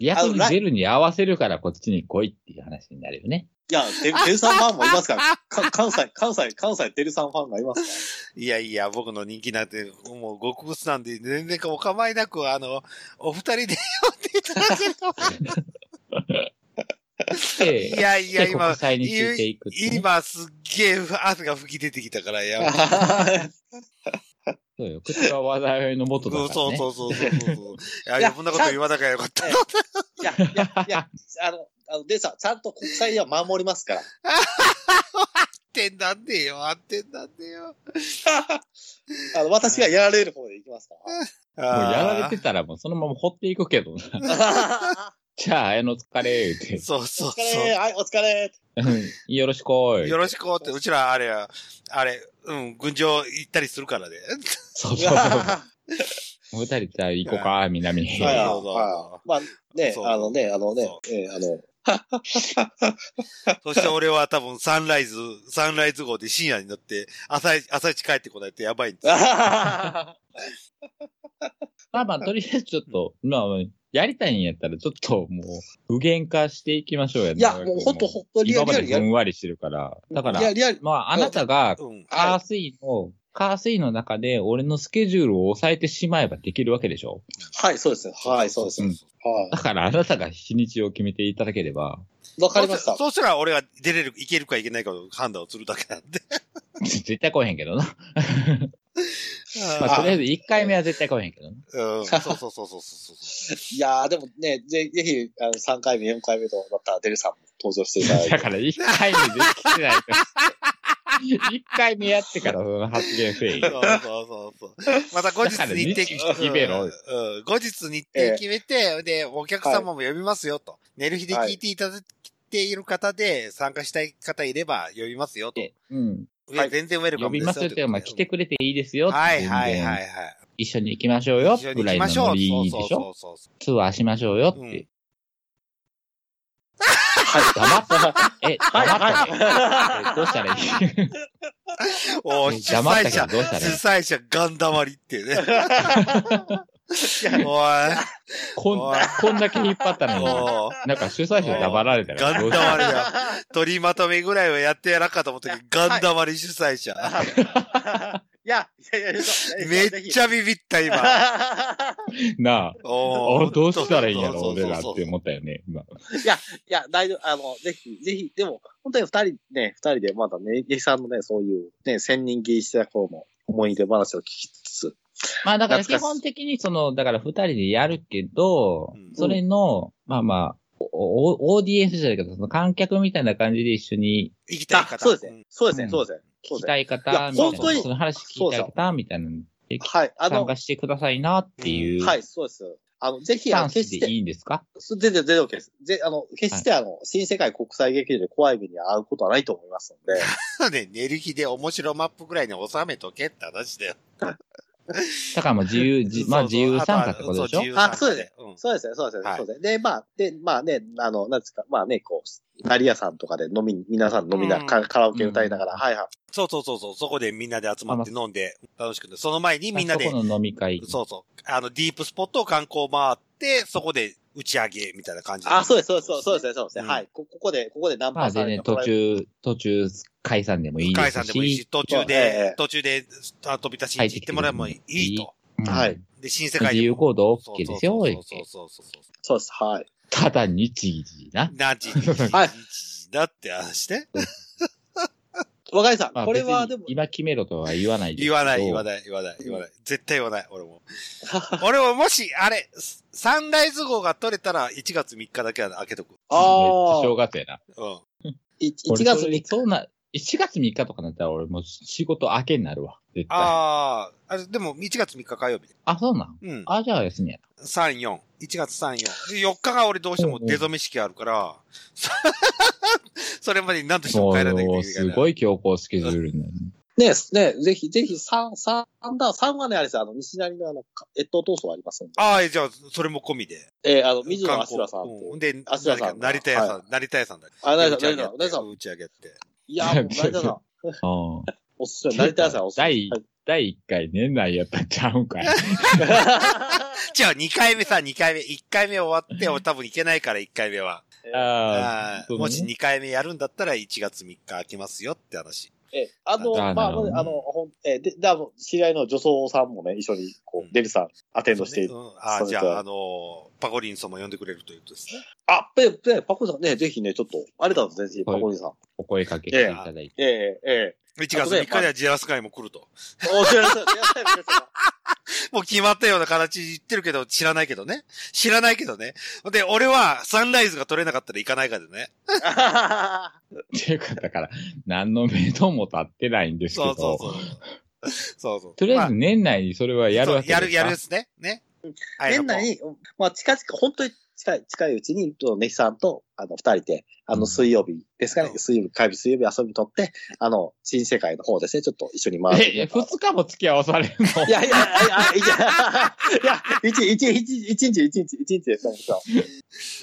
B: 逆にデルに合わせるからこっちに来いっていう話になるよね。
C: いや、 デデルさんファンもいますから。か関西、関西、関西デルさんファンがいますか
A: いやいや、僕の人気なんて、もう極物なんで、全然お構いなく、あの、お二人で呼んでいただけると。
B: で
A: い、やいや、
B: で国
A: 今、
B: 際についていくってね、
A: 今すっげえ汗が吹き出てきたから、やばい
C: ら。
B: そうよ。口は災いの元だからね。
A: そうそうそうそうそうそう。いや、
C: いや
A: 余分なこと言わなきゃよかった。
C: いや、いや、いや、あの、あの、デルさん、ちゃんと国際では守ります から。
A: ってんなんでよ、あってんなんでよ。
C: あの、私がやられる方でいきますか
B: もうやられてたらもうそのまま放っていくけどな。
C: ら。
B: じゃあ、綾の疲れ、言う
A: そう
C: お
A: そう
C: 疲れ、
A: そ
C: はい、お疲れ。
B: て。 よろしくお
A: う。
B: い
A: よ。ろしくって、うちらあれや、あれ、うん、軍場行ったりするからね。
B: そう
C: い
B: そうそう。
C: や
B: もう二人じゃあ行こうか、南に。
C: はい
A: そうそ
C: まあね
A: そ、う
C: あのね、あのね
A: そ、
C: えーあの、
A: う。そして俺は多分サンライズ、サンライズ号で深夜に乗って、朝い、朝一帰ってこないとやばいんですよ。
B: まあまあ、とりあえずちょっと、まあ、やりたいんやったら、ちょっともう、具現化していきましょうや、
C: いや、もうほんとほんとリア
B: 今ま
C: ルリ
B: で
C: アル
B: ふ
C: や
B: んわりしてるから。だから
C: い、や、リアル、
B: まあ、あなたが、
A: うん。
B: カースイの、カースイの中で、俺のスケジュールを抑えてしまえばできるわけでしょ
C: はい、そうですね。はい、そうですね。は
B: だから、あなたが日にちを決めていただければ、
C: い。わかりました。
A: そうしたら俺が出れる、いけるかいけないかの判断をするだけなん で。
B: 絶対来へんけどな。ま
C: あ
B: あ、とりあえず1回目は絶対来へんけどな。
A: うん、そうそうそうそうそうそう。
C: いやー、でもね、ぜぜひ、あの、3回目、4回目と、また、デルさんも登場していただい
B: だ
C: て。
B: から1回目できてないと。1回目やってからその発言せえよ。
A: そうそうそうそう。また後日日程
B: だから日記決めろ
A: うんうん後日日程決めて、で、お客様も呼びますよと。寝る日で聞いていただいている方で、参加したい方いれば呼びますよと。
B: うん。
C: はい
A: 全然ウェルカ
B: 呼
A: ムで
B: び
A: す
B: ますよって、まあ、来てくれていいですよ。
A: はいはいはいは
B: 全然
A: い。
B: 一緒に行きましょうよ。
A: 一緒に
B: ぐ
A: 行
B: ら
A: き
B: いの
A: ましょ
B: ノ
A: う。
B: リでし
A: そう
B: ょ
A: そうそうそ
B: ツアーしましょうよって。
A: うん
B: はい、黙 った。え、
C: はい、
B: 黙ったね。えどうしたらいい
A: う。 おー主
B: 黙っ
A: 催
B: たけど
A: 者、
B: どうしたらいい
A: 主催者ガンダマリっていう ね。おい、
B: こん、こんだけ引っ張ったのに、
A: おー
B: なんか主催者黙られたら
A: ガ
B: ど
A: ン
B: うしよう
A: ダマリだ。取りまとめぐらいはやってやらんかと思ったけど、ガンダマリ主催者。
C: いや、いやいや、
A: めっち
C: ゃ、
A: ゃビビった今。
B: なあ。
A: おー
B: あどうしたらいいんやろ、
A: そうそう
B: 俺
A: そう
B: らっ
A: そう
B: て思ったよね、今。
C: いや、大丈夫、あの、ぜひ、ぜひ、でも、本当に二人ね、二人でまだね、ネヒさんのね、そういう、ね、千人切りしてた頃の思い出話を聞きつつ、
B: まあだから基
C: 懐かしい
B: 本的にその、だから二人でやるけど、
A: うん
B: それの、まあまあ、おおオーディエンスじゃないけど、その観客みたいな感じで一緒に
A: 行きたい
C: あ
A: 方。
C: そうですね
A: ん。
C: そうです
B: う
C: ね、
B: ん
C: そうですね。そ
B: 聞き
C: うですね。
B: たい方、
C: いや
B: みたい
C: 本
B: な、
C: 当に
B: その話聞きたい方、みたいなのに
C: はい、あ
B: 参
C: の
B: 加、してくださいなっていう、
C: はい、そうです。あの、ぜ
B: ス
C: ひ、あ
B: タ
C: の、
B: ンス
C: 決して
B: で、いいんですか
C: 全然、全然 OK です。ぜ、あの、決して、あの、新世界国際劇場で怖い目に遭うことはないと思いますので、
A: そうね、寝る日で面白マップぐらいに収めとけって話だよ。。
B: だからもう自由、じまあ自由参加ってことでしょ
C: あそうです
A: うん
C: そうですね、そうですね、
A: はい
C: そうですね。で、まあ、で、まあね、あの、なんですか、まあね、こう、成屋さんとかで飲み、皆さん飲みな、
A: うん
C: カカラオケ歌いながら、
B: うん
C: はいはい。
A: そうそうそうそう。そこでみんなで集まって飲んで、楽しくて。その前にみんなで
B: そ、この飲み会。
A: そうそう。あの、ディープスポットを観光回って、そこで打ち上げみたいな感じで
C: あ、そうです、そうです、そうですね、そうですね。
A: うん
C: はい。こここで、ここでナン
B: ま
C: パ
B: あ
C: さ
B: 全
C: れる
B: 然途中、途中解散でもいいで
A: 解
B: す
A: 散でもいいし、
B: し、
A: 途中
C: え
A: で
C: え、
A: 途中で、あ飛び出しに行ってもらえばいいと。
B: うん
C: はい
A: で、新世界
B: 自
A: に
B: 由
A: も。
B: 行動 OK ですよ。
A: そうそうそうそうそう。
C: そうです、はい。
B: ただ日時な。
A: 何時、何時、
C: は
A: 何
C: い
A: 時だって話ね。
C: 若井さん、
B: まあ、
C: これは
B: 別
C: で
B: に
C: も、
B: 今決めろとは言わないです
A: 言
B: けど
A: わない、言わない、言わない、言わない。絶対言わない、俺も。 俺ももし、あれ、ササンライズ号が取れたら1月3日だけは開けとく。
C: あ
B: めっちゃ
C: あ
B: 正、月やな。
A: うん。
C: い1
B: 俺
C: 月
B: そ
C: 3
B: れ
C: 日。
B: そうな、1月3日とかなったら俺もう仕事明けになるわ。絶対。あ
A: ああ、あれ、でも1月3日火曜日。
B: そうなん
A: うん。
B: あ、じゃあ休みや
A: 3、4。1月3、4。で4日が俺どうしても出初め式あるから、 そそれまでに何として
B: な。
A: も
B: も
A: 帰らなきゃいけな
B: う、
A: い。
B: すごい強行スケジュールになる。
C: ね、ね、ぜひ、ぜひ、3、3だ、3はね、あれです、あの、西成のあの、か越冬闘争ありますんで。
A: ああ、えじゃあ、それも込みで。
C: えーあの、水野あしらさんっていう
A: うん。で、
C: アシュラさん
A: 成田屋さ
C: は
A: ん、成田屋さんだ。
C: あ、成
A: 打
C: 田
A: ち
C: さ
A: 上
C: ん、
A: げ
C: 成田
A: やって
C: さん、成田さん。
A: 打ち上げやって。
C: いや、もう成田 さん、
B: うん。
C: おすすめ、成田さん、おすすめ。
B: 第
C: はい
B: 第1回年内やったんちゃうん かい。
A: じゃあ、2回目さ、2回目、1回目終わって、俺多分いけないから、1回目は。
B: あ
A: あ
B: ー
A: ーもし2回目やるんだったら、1月3日開けますよって話。
C: えー、あの、
B: あ
C: ま
B: な
C: あ、
B: るほどね
C: あの、ほん、えー、で、で、あの、知り合いの女装さんもね、一緒に、こ
A: うん
C: う、デルさん、アテンドして
A: そうねうんあー
C: そ
A: じ
C: れ
A: ゃ
C: と
A: あ、あのーパコリン様呼んでくれるということですね。
C: あ、ぺ、ぺ、パコリンさんね、ぜひね、ちょっと、あれだと全然、パ
B: はい
C: コリンさん。
B: お声かけしていただいて。
C: えええ
A: 1月3日ではジェラス会も来ると。
C: えお、知らない、知らない、
A: もう決まったような形言ってるけど、知らないけどね。知らないけどね。で、俺はサンライズが取れなかったら行かないからね。
C: 知ら ない。
B: っていうか、だから、何の目処も立ってないんですけ
A: そ
B: ど
A: う、そうそう。そうそう。
B: とりあえ
A: ま
B: ず年内にそれはやるわけ
A: そうやる、やるで
B: です
A: すね。ね。
C: 年内に、うんまあ、近々、本当に近い、近いうちに、とネヒさんと、あの、二人で、あ
B: う
C: の、
B: ん
C: 水曜日ですかね、
A: うん
C: 水曜日、火曜日、水曜日遊び取って、あの、新世界の方ですね、ちょっと一緒に
B: か
C: 回って。
B: え、え二日も付き合わさ れるの
C: いやいやいやいや、いや、一日、一日、一日、一日、一日ですね、そ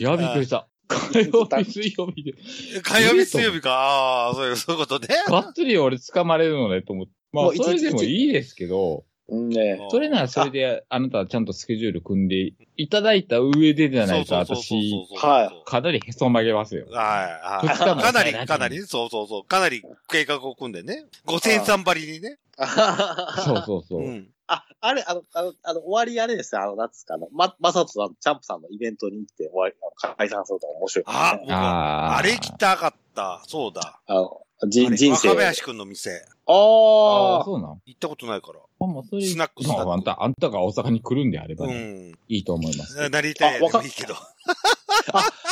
C: う
B: や、びっくり した。火曜日、水曜日で。
A: 火曜日、水曜日か。ああ、そういう、そういうことね。
B: がっつり俺掴まれるのねと思って。ま
C: も
B: あ、
C: う一日
B: それでもいいですけど、
C: うんね
B: それならそれであなたはちゃんとスケジュール組んでいただいた上でじゃないと、私、
C: はい
B: かなりへそ曲げますよ。
A: はい、
B: こ
A: は
B: っちか
A: い。
B: も
A: かなり、かなり、そうそうそう。かなり計画を組んでね。5003張りにね。
B: そうそうそうう。
A: ん。
C: あ、あれ、あの、あの、あの終わりあれですね、あの、なんつうか、あの、ま、まさとさん、チャンプさんのイベントに行って終わり、あの解散すると面白い、ね。
A: あ、僕は、
B: あー
A: あれ行きたかった。そうだ。
C: あの、
A: あ
C: 人
A: れ
C: 人生。
A: 若林くんの店。
B: あ
C: あ
B: ー、そうなの
A: 行ったことないから。
B: まあもうそれ、
A: スナックスナッ
B: ま
A: ク
B: ああんた、あんたが大阪に来るんであれば
A: う
B: ね、
A: ん。
B: いいと思います。
A: なりたいでもいいけど。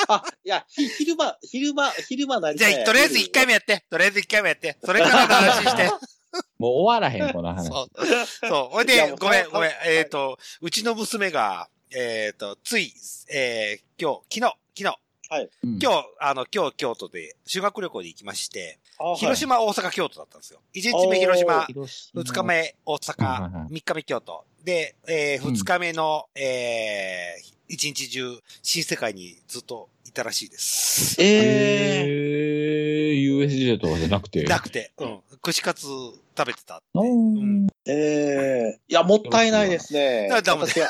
C: あ、いや、ひ昼間、昼間、昼間なり
A: じ
C: た
A: ゃ
C: い
A: あ、とりあえず一回目やって。とりあえず一回目やって。それからの話して。
B: もう終わらへん、この話。
A: そう。そう。ほい
C: いや
A: で
C: もう、
A: ごめん、
C: そう
A: ごめん
C: は。い
A: えっと、うちの娘が、えっと、つい、えー今日、昨日、昨日、
B: うん
A: 今日、あの、今日、京都で修学旅行で行きまして、
C: あ
A: 広島、大阪、京都だったんですよ。1日目広島、2日。目大
B: はいはいは
A: 阪、3日目京都。で、え
B: うん
A: 2日目の、え1日中、新世界にずっといたらしいです。
C: え
B: え
C: え
B: ー、USJ とかじゃなくて。
A: なくて、うん。串カツ食べてたって。
B: うん
A: うん。
C: ええいや、もったいないですね。
A: だだもんね
C: 私は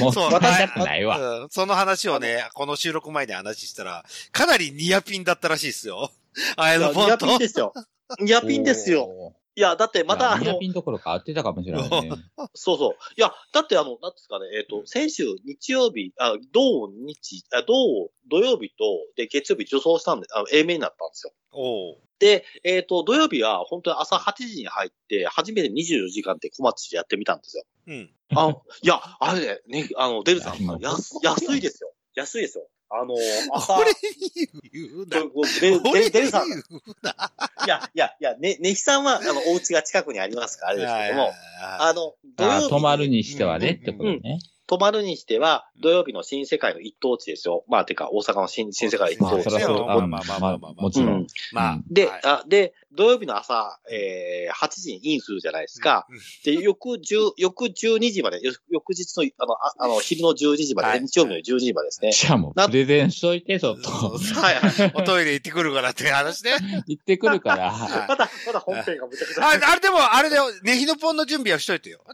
B: もう、
A: そう
B: 私だってないわ。
A: うんその話をね、この収録前に話したら、かなりニアピンだったらしいですよ。 あ
C: いや
A: の、
C: ニ
A: ポン
C: ア
A: と
C: ピン。ですよ。ニアピンですよ。
B: おー。
C: いや、だってまた、あ
B: いやニア
C: の
B: ピ、ンどころか当てたかもしれないね。
C: そうそう。いや、だってあの、なんですかね、えっ、と、先週日曜日、あ、土日、あ、土、土曜日と、で、月曜日女装したんで、あの、A 面になったんですよ。
A: おう
C: で、えっ、と、土曜日は本当に朝8時に入って、初めて24時間って小町でやってみたんですよ。
A: うん。
C: あ、 いや、あれね、ねあの、デルさん、
B: 今
C: 安安いですよ。安いですよ。あ の、朝、
A: 俺に言うな。
C: こうデル
A: 俺
C: デ
A: に
C: ルデ
A: 言
C: ルさん、いう
A: な。
C: や、いや、いや、ね、ねひさんは、あの、お家が近くにありますから、あれですけども、あの、土曜
B: あ
C: 日
B: ー
C: に
B: 泊まるにしてはね、
A: うん
B: ってことね。
C: 泊まるにしては、土曜日の新世界の一等地ですよ。まあ、てか、大阪の新新世界の
A: ま
C: 一
A: あそ
C: 等地
A: りゃそう
B: あ
A: まあまあまあまあ
B: もちろん。
A: まあ。
C: で、
A: はい
C: あで、土曜日の朝、えー8時にインするじゃないですか。
A: うん
C: で、翌10、翌12時まで、よ翌日の、あの、ああの昼の12時まで、
A: はい
C: 日曜日の12時までですね。
B: じゃあもう、プレゼンしといて、ちょっ
A: そ
B: と
A: う。そう
C: はいはい。
A: おトイレ行ってくるからって話ね。
B: 行ってくるから、
A: はい
C: また、また本編がむちゃくちゃ。
A: ああれでも、あれで、ねひのぽんの準備はしといてよ。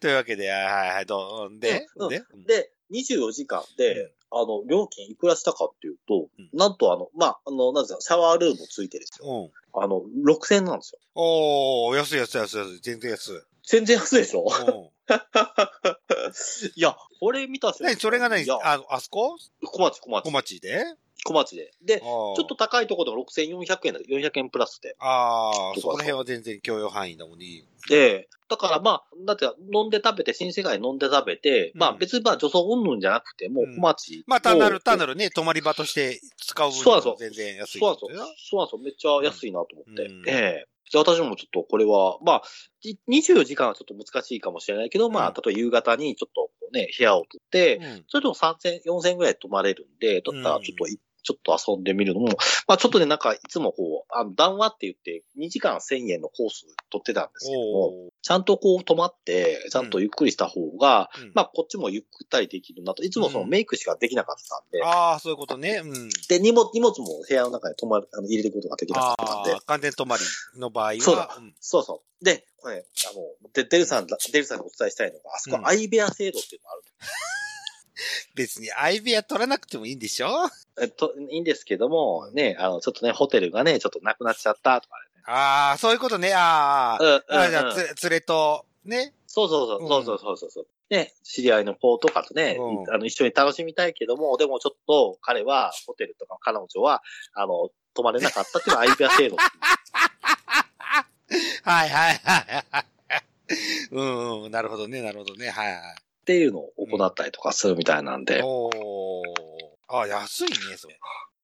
A: というわけで、はいはい、どう、で、
C: うん
A: で、
C: で、24時間で、あの、料金いくらしたかっていうと、
A: うん
C: なんとあの、まあ、あの、なんですか、シャワールームついてですよ。
A: うん。
C: あの、6000円な んですよ。
A: おー、安い安い安い安い、全然安い。うん。
C: 全然安いでしょいや、これ見たし
A: 何、それが何
C: いや、
A: あの、あそこ
C: 小町、小町
A: 小。町で
C: 小町で。で、
A: ち
C: ち
A: ょ
C: ょっと、高いところでも6400円だ、400円プラスで。
A: あーあー、
C: とか
A: そこら辺は全然許容範囲だもんね。
C: で、だからまあ、だって飲んで食べて、新世界飲んで食べて、
A: うん
C: まあ別にまあ女装云々じゃなくて、もう小町。
A: まあ、単なる、単な
C: る。
A: るね、泊まり場として使う分
C: そうなんですよ
A: 全然安いって
C: そう
A: こ
C: そ
A: と
C: う
A: だよ。
C: そうなんですよ。めっちゃ安いなと思って。
A: うん
C: ええじゃあ私もちょっとこれは、まあ、い24時間はちょっと難しいかもしれないけど、
A: う
C: まあ
A: ん、
C: 例えば夕方にちょっとこうね、部屋を取って、
A: うん
C: それでも3000、4000ぐらい泊まれるんで、だったらちょっとい、ちょっと遊んでみるのも、まあちょっとね、なんかいつもこう、あの、談話って言って2時間1000円のコース取ってたんですけども、
A: おー
C: ちゃんとこう止まって、ちゃんとゆっくりした方が、
A: うん
C: まあこっちもゆったりできるなと、いつもそのメイクしかできなかったんで、
A: ああ、そういうことね。うん。
C: で、荷物、荷物も部屋の中に泊まる、あの、入れることができなか
A: あ
C: ったん
A: あ
C: で
A: ー、、完全泊まりの場合は。
C: そうだ
A: ん
C: そうそう。で、これ、あの、で、デルさん、デルさんにお伝えしたいのが、あそこ、
A: うん
C: 相部屋制度っていうのがあるんです
A: 別に相部屋取らなくてもいいんでしょ
C: えっと、いいんですけども、ね、あの、ちょっとね、ホテルがね、ちょっとなくなっちゃったとか
A: ああ、そういうことね。ああ。
C: ね。うん
A: あ
C: う
A: じゃ
C: んう
A: あ、
C: ん
A: つ、連れと、ね。
C: そうそう
A: う
C: そ
A: ん
C: う、そうそうそうそうそう。ね、知り合いの子とかとね、
A: うん
C: あの、一緒に楽しみたいけども、でもちょっと、彼は、ホテルとか彼女は、あの、泊まれなかったっていうのは相部屋制度。
A: はいはいはいはい。うん、うん、なるほどね、なるほどね。はいは
C: っていうのを行ったりとかするみたいなん
A: い。
C: で、
A: おお。あ、安いね、それ。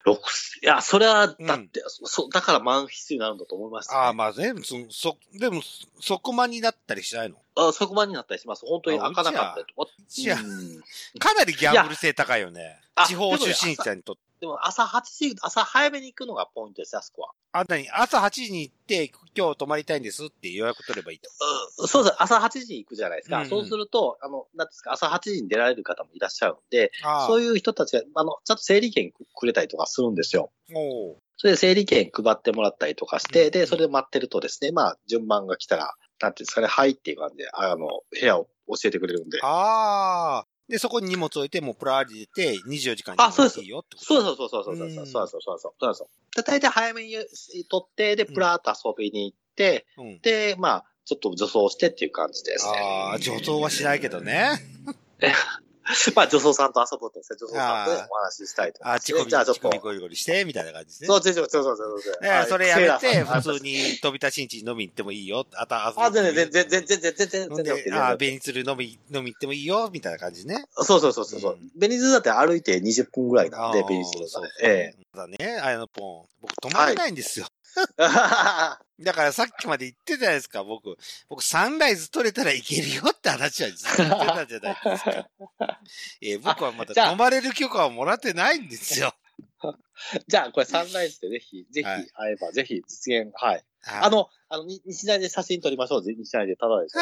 C: 六いや、それは、だって、
A: うん
C: そう、だから満必須になるんだと思いました、ね。
A: ああ、まあ、でも、そ、そ、でも、そこまになったりしないの
C: あ、そこまでになったりします。本当に開かなかったりとか。
A: じゃ
C: うん
A: あ、かなりギャンブル性高いよね
C: や。あ
A: 地方出身者にとって。
C: でも朝8時、朝早めに行くのがポイントですね、あそこは。
A: あ、なに、朝8時に行って、今日泊まりたいんですって予約取ればいいと。
C: うんそうです。朝8時に行くじゃないですか。
A: うんうん
C: そうすると、あの、なんていうんですか、朝8時に出られる方もいらっしゃるんで、
A: ああ。
C: そういう人たちが、あの、ちゃんと整理券くれたりとかするんですよ。
A: おう
C: それで整理券配ってもらったりとかし
A: うんう
C: て、
A: ん
C: で、それで待ってるとですね、まあ、順番が来たら、なんていうんですかね、はいっていう感じで、あの、部屋を教えてくれるんで。
A: ああ。で、そこに荷物置いて、もうプラーリ出て、24時間
C: あそうです
A: いいよってこと
C: そうそうそうそうそうそう
A: う
C: そ
A: ん
C: うそうそうそうそうそう。で、大体早めに取って、で、プラーっと遊びに行って、
A: う。うん。
C: で、まあ、ちょっと女装してっていう感じですね。
A: ああ、上等はしないけどね。
C: まあ、女装さんと遊ぶとですね、女装さんとね
A: あー
C: お話ししたいとか
A: あっ
C: して
A: ちこみ、
C: じゃあちょっ
A: ちことみ。ゴリゴリして、みたいな感じです
C: そ
A: ね。
C: う、そうそうそうそうそうそう。
A: えーそれやめて、
C: はい
A: 普通。に飛び出しんち飲み行ってもいいよ。あた、
C: あ、全然、全然、全然、全然、
A: 飲ん
C: 全然、全
A: で、
C: 然
A: あ
C: OK
A: ー、ベニツル飲み、飲み行ってもいいよ、みたいな感じね。。
C: そうそうそうそうそううんベニズだって歩いて20分ぐらいなんで
A: あ、ー
C: ベニズだ
A: そう
C: ね
A: そう。
C: え
A: ただね、あのポン、僕止まれないんですよ。
C: え。
A: だからさっきまで言ってたじゃないですか、僕。僕サンライズ取れたらいけるよって話はずっと言ってたじゃないですか。えー僕はまだ
C: じゃあ
A: 泊まれる許可はもらってないんですよ。
C: じゃあ、これサンライズでぜひ、ぜひ
A: は
C: 会
A: い
C: えば、ぜひ実現、はい。
A: あ
C: あ、の、あの、に西成で写真撮りましょう。西成で、ただです。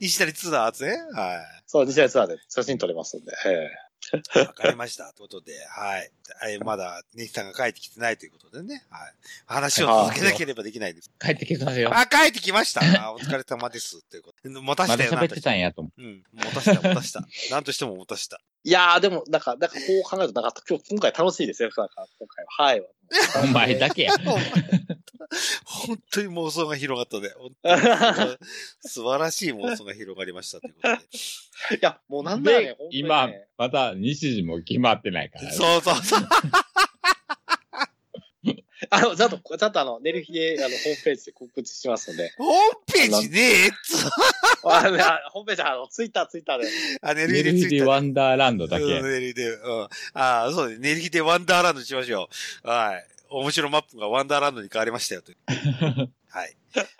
A: 西谷ツアーですね。はい。
C: そう、西成ツアーで写真撮れますんで。ええ
A: わかりました。ということで、はい。えーまだ、ネヒさんが帰ってきてないということでね、はい。話を続けなければできないです。
B: 帰ってきてますよ。
A: あ、帰ってきました。あお疲れ様です。ということで。持たし
B: ま
A: た
B: だ
A: よ、な
B: 喋
A: ん
B: っ
A: と
B: て
A: して
B: たんやと思って。
A: うん。持たした、持たした。なんとしても持たした。
C: いやー、でも、なんか、なんか、こう考えると、なんか、今日、今回楽しいですよ。なんか今回は。はい。
B: お前だけや。
A: 本当に妄想が広がったね。 本当に 素晴らしい妄想が広がりました。ということで。
C: いや、もうなんだよね
B: で、
C: 本当に
B: 今
C: ね、
B: また日時も決まってないから。
A: そうそうそう。
C: あの、ちゃんと、ちゃんとあの、寝る日で、あの、ホームページで告知しますので。
A: ホームページねえっつう。
C: あの、あホームページ、あの、ツイッター、ツイッターで。
A: あ、ネル
B: メ
A: ヒ
B: ル
A: で
B: ヒ
A: つい
B: デ
A: た。
B: ワンダーランドだけ
A: うん、
B: や。
A: ネリで、うん。ああ、そうね。ネリでワンダーランドにしましょう。はい。面白マップがワンダーランドに変わりました よ、という。はい。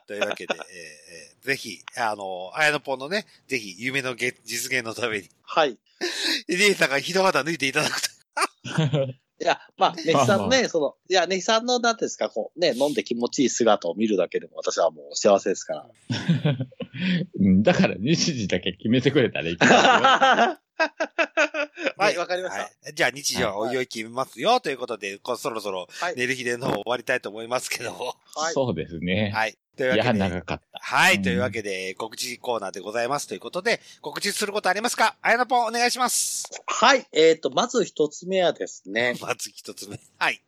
A: というわけで、えーえーぜひ、あの、あやのぽんのね、ぜひ、夢のげ実現のために、
C: はい。い
A: ネイさんが一肌脱いでいただくと。
C: や、まあ、ネヒさんのね、その、いや、ネヒさんの、なんていうんですか、こう、ね、飲んで気持ちいい姿を見るだけでも、私はもう幸せですか
B: うんだから日時だけ決めてくれたらいい けど。
C: ら。はい、
A: ね
C: わかりまし
A: は
C: た。
A: い。じゃあ、日時はおいおい決めますよ、ということで、こそろそろ
C: はい、
A: ネリヒでの方終わりたいと思いますけども。
C: はい。
B: そうですね。
A: はい。という
B: い
A: わ
B: や、
A: けで、
B: 長かっ
A: はい。
B: うん
A: というわけで、告知コーナーでございますということで、告知することありますかあやのぽん、お願いします。
C: はい、えっ、と、まず一つ目はですね、
A: まず一つ目。はい。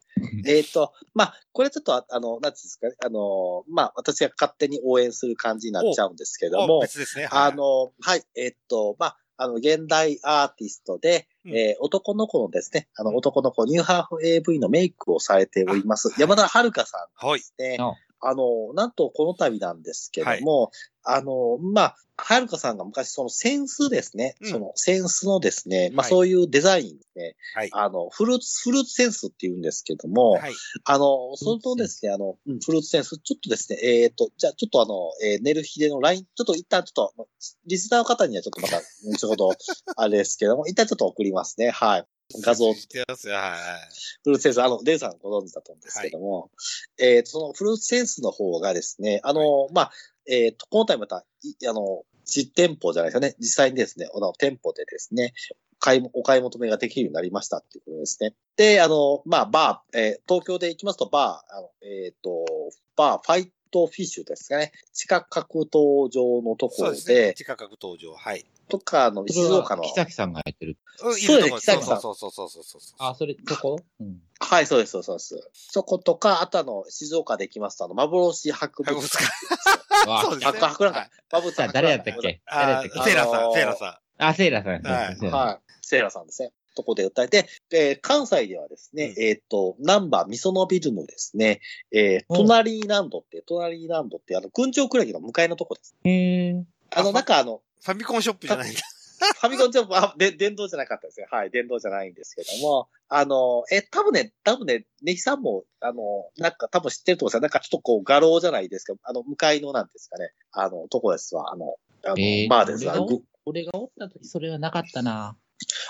C: えっ、と、まあ、これちょっとあ、あの、なんていうんですかね、あの、まあ、私が勝手に応援する感じになっちゃうんですけど
A: お
C: も、
A: 別ですね。はい
C: あ、の、はい、えっと、まあ、あの、現代アーティストで、
A: うん
C: えー男の子のですね、あの、男の子、ニューハーフ AV のメイクをされております、山田遥さん
A: はい
C: で。すね
B: あ。
C: あの、なんとこの度なんですけども、あの、まあ、はるかさんが昔そのセンスですね、
A: うん
C: そのセンスのですね、まあ
A: はい
C: そういうデザインですね、
A: はい
C: あの、フルーツ、フルーツセンスって言うんですけども、
A: はい。
C: あの、それとですね、あの、うんフルーツセンス、ちょっとですね、えっ、と、じゃあ、ちょっとあの、えー、寝る日でのラインちょっと一旦ちょっ と、リスナーの方にはちょっとまた、後ほど、あれですけども、一旦ちょっと送りますね。はい。画像を
A: 知ってますよ。はいはい。
C: フルーツセンス、あの、デンさんご存知だと思うんですけども、えーと、そのフルーツセンスの方がですね、あの、まあ、えーと、今回また、いあの、実店舗じゃないですよね、実際にですね、あの店舗でですね、買い、お買い求めができるようになりましたっていうことですね。で、あの、まあ、バー、えー東京で行きますと、バー、あのえっ、と、バー、ファイトフィッシュですかね、地下格闘場のとこ
A: そう
C: ろ
A: で
C: で、
A: すね。地価格登場。はい。
C: とか、あの、
B: それ
C: 静
B: は
C: 岡の、
B: 北木さんがやってる。
A: うん、
C: そうです
A: いるとこ
C: 北木さん
A: そうそうそうそうそうそう。
B: あ、それ、どこうん。
C: はい、そうです、そうですそうです。そことか、あとあの、静岡で行きますと、あの、幻博
A: 博
C: 物
A: 物
C: 館
A: 館。
B: わ
A: そうですね。
C: 博博覧会
A: はい
C: バブ
B: さあ、誰やったっけ誰や
A: あ
B: ったっけ
A: ー、セイラさ
C: あの
A: ん、
C: ー
A: セイラさ
B: あ、セイラさん。
A: はい
B: セイラさん
C: はい。セイラさんですね。とこで訴えて、で、関西ではですね、
A: うん
C: えっ、と、ナンバーミソノビルのですね、えー、
B: うん
C: 隣ランドって、隣ランドって、あの、群青倉駅の向かいのとこです。
B: へえ。
C: あの、
A: あ
C: なんかあの、
A: ん。ファミコンショップじゃないんだ。
C: ファミコンじゃ、あ、で、電動じゃなかったですね。はい、電動じゃないんですけども、あの、え、多分ね、多分ね、ネヒさんも、あの、なんか多分知ってると思うんですよ。なんかちょっとこう、画廊じゃないですか。あの、向かいのなんですかね。あの、とこですわ。あの、あの、
B: えー
C: バーですわ。
B: 俺が
C: ぐ
B: 俺がおった時、それはなかったな。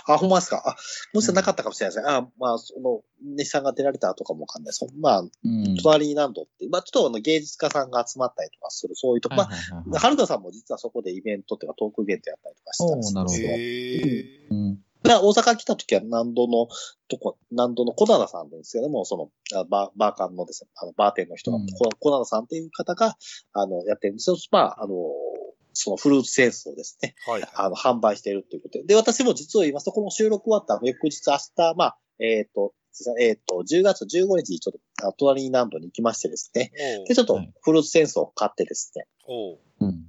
C: あ、ほんまですかあ、もしかしたらなかったかもしれないですね。あ、まあ、その、ネヒさんが出られた後かもわかんないです。まあ、
B: うん。
C: 隣に何度って、まあ、ちょっとあの、芸術家さんが集まったりとかする、そういうとこ。まあ、
B: はいはいはいはい
C: はるかさんも実はそこでイベントっていうか、トークイベントやったりとかしてたんです
B: おーなるほど
C: よ
A: へー
B: うん
C: で大阪来た時は南戸のとこ、南戸の小灘さんですけども、その、あバー、バーカンのですね、あの、バーテンの人が、
B: うん
C: こ小灘さんっていう方が、あの、やってるんですよ。まあ、あの、そのフルーツセンスをですね、
A: はい。
C: あの、販売しているということで。で、私も実を言いますと、この収録終わった翌日明日、まあ、えっ、と、えっ、と、10月15日にちょっと、あ隣南戸に行きましてですね、
A: おう
C: で、ちょっと
B: はい
C: フルーツセンスを買ってですね。
A: おう
B: うん。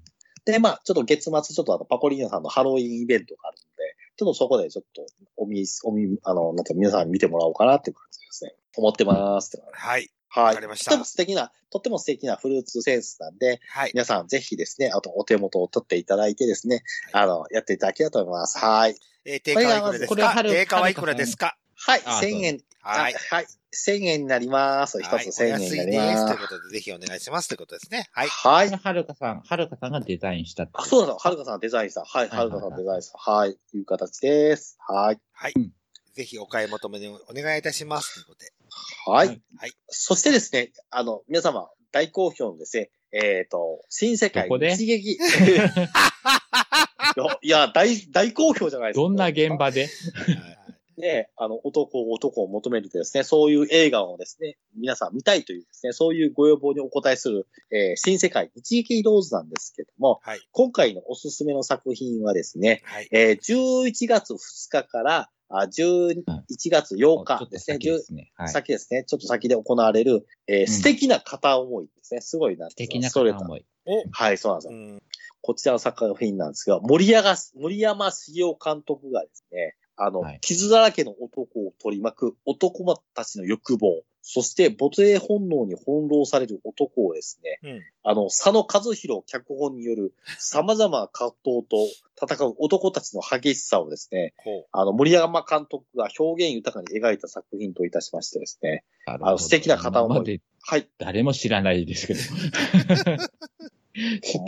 C: で、まあ、ちょっと月末、ちょっとあの、パコリーナさんのハロウィンイベントがあるので、ちょっとそこでちょっと、おみ、おみ、あの、なんか皆さんに見てもらおうかなっていう感じですね。思ってますって感
A: はい。
C: じ。はい。
A: わかりました
C: とても素敵な、とっても素敵なフルーツセンスなんで、
A: はい。
C: 皆さんぜひですね、あとお手元を取っていただいてですね、
A: はい
C: あの、やっていただきたいと思います。はい。
A: えー、定価はいくらです
B: これがま
A: か
B: ずこれは
A: 定価はいくらですか
C: はい、
B: あ
C: 1000円。
A: は
C: はいい。。はい。1000円になります。一つ
A: はい
C: 1000円にな
A: お安い
C: り
A: です。
C: ま
A: とい
C: す
A: う。ことで、ぜひお願いします。ということですね。
C: は。
A: はいい。
C: はい。
B: はるかさん、はるかさんがデザインしたって
C: あ、そうなんですよはるかさんデザインさん。はい、
B: はい
C: は
B: はい
C: る
B: はい
C: かさんデザインさん。はい、いう形です。はい。
A: ぜひお買い求めにお願いいたします。ということで。
C: はい。
B: はい
A: はい
C: そしてですね、あの、皆様、大好評のですね、えっ、と、新世界
B: どこで
C: 一撃。い やいや、大、大好評じゃないですか。
B: どんな現場で
A: はい
C: ね、あの、男を男を求めるとですね、そういう映画をですね、皆さん見たいというですね、そういうご要望にお応えする、えー新世界一撃ローズなんですけども、
A: はい
C: 今回のおすすめの作品はですね、
A: はい。
C: えー11月2日からあ11月8
B: ちょ
C: 日
B: っと
C: ですね、
B: 先ですね。はい。素
C: 先ですね、ちょっと先で行われる、えー
B: ん
C: 素敵な片思いですね。すごいな。素
B: 敵な
C: それ
B: 片
C: と
B: 思い。
A: お
C: はい、そうなんですよ。
A: うん。
C: こちらの作品なんですが、森山、森山茂雄監督がですね、あの、
B: はい
C: 傷だらけの男を取り巻く男たちの欲望、そして母性本能に翻弄される男をですね、
A: うん
C: あの、佐野和弘脚本による様々な葛藤と戦う男たちの激しさをですね、
A: こ
C: あの、森山監督が表現豊かに描いた作品といたしましてですね、
B: あ
C: あの素敵な片思い
B: 今まで
C: はい。
B: 誰も知らないですけど。知ってる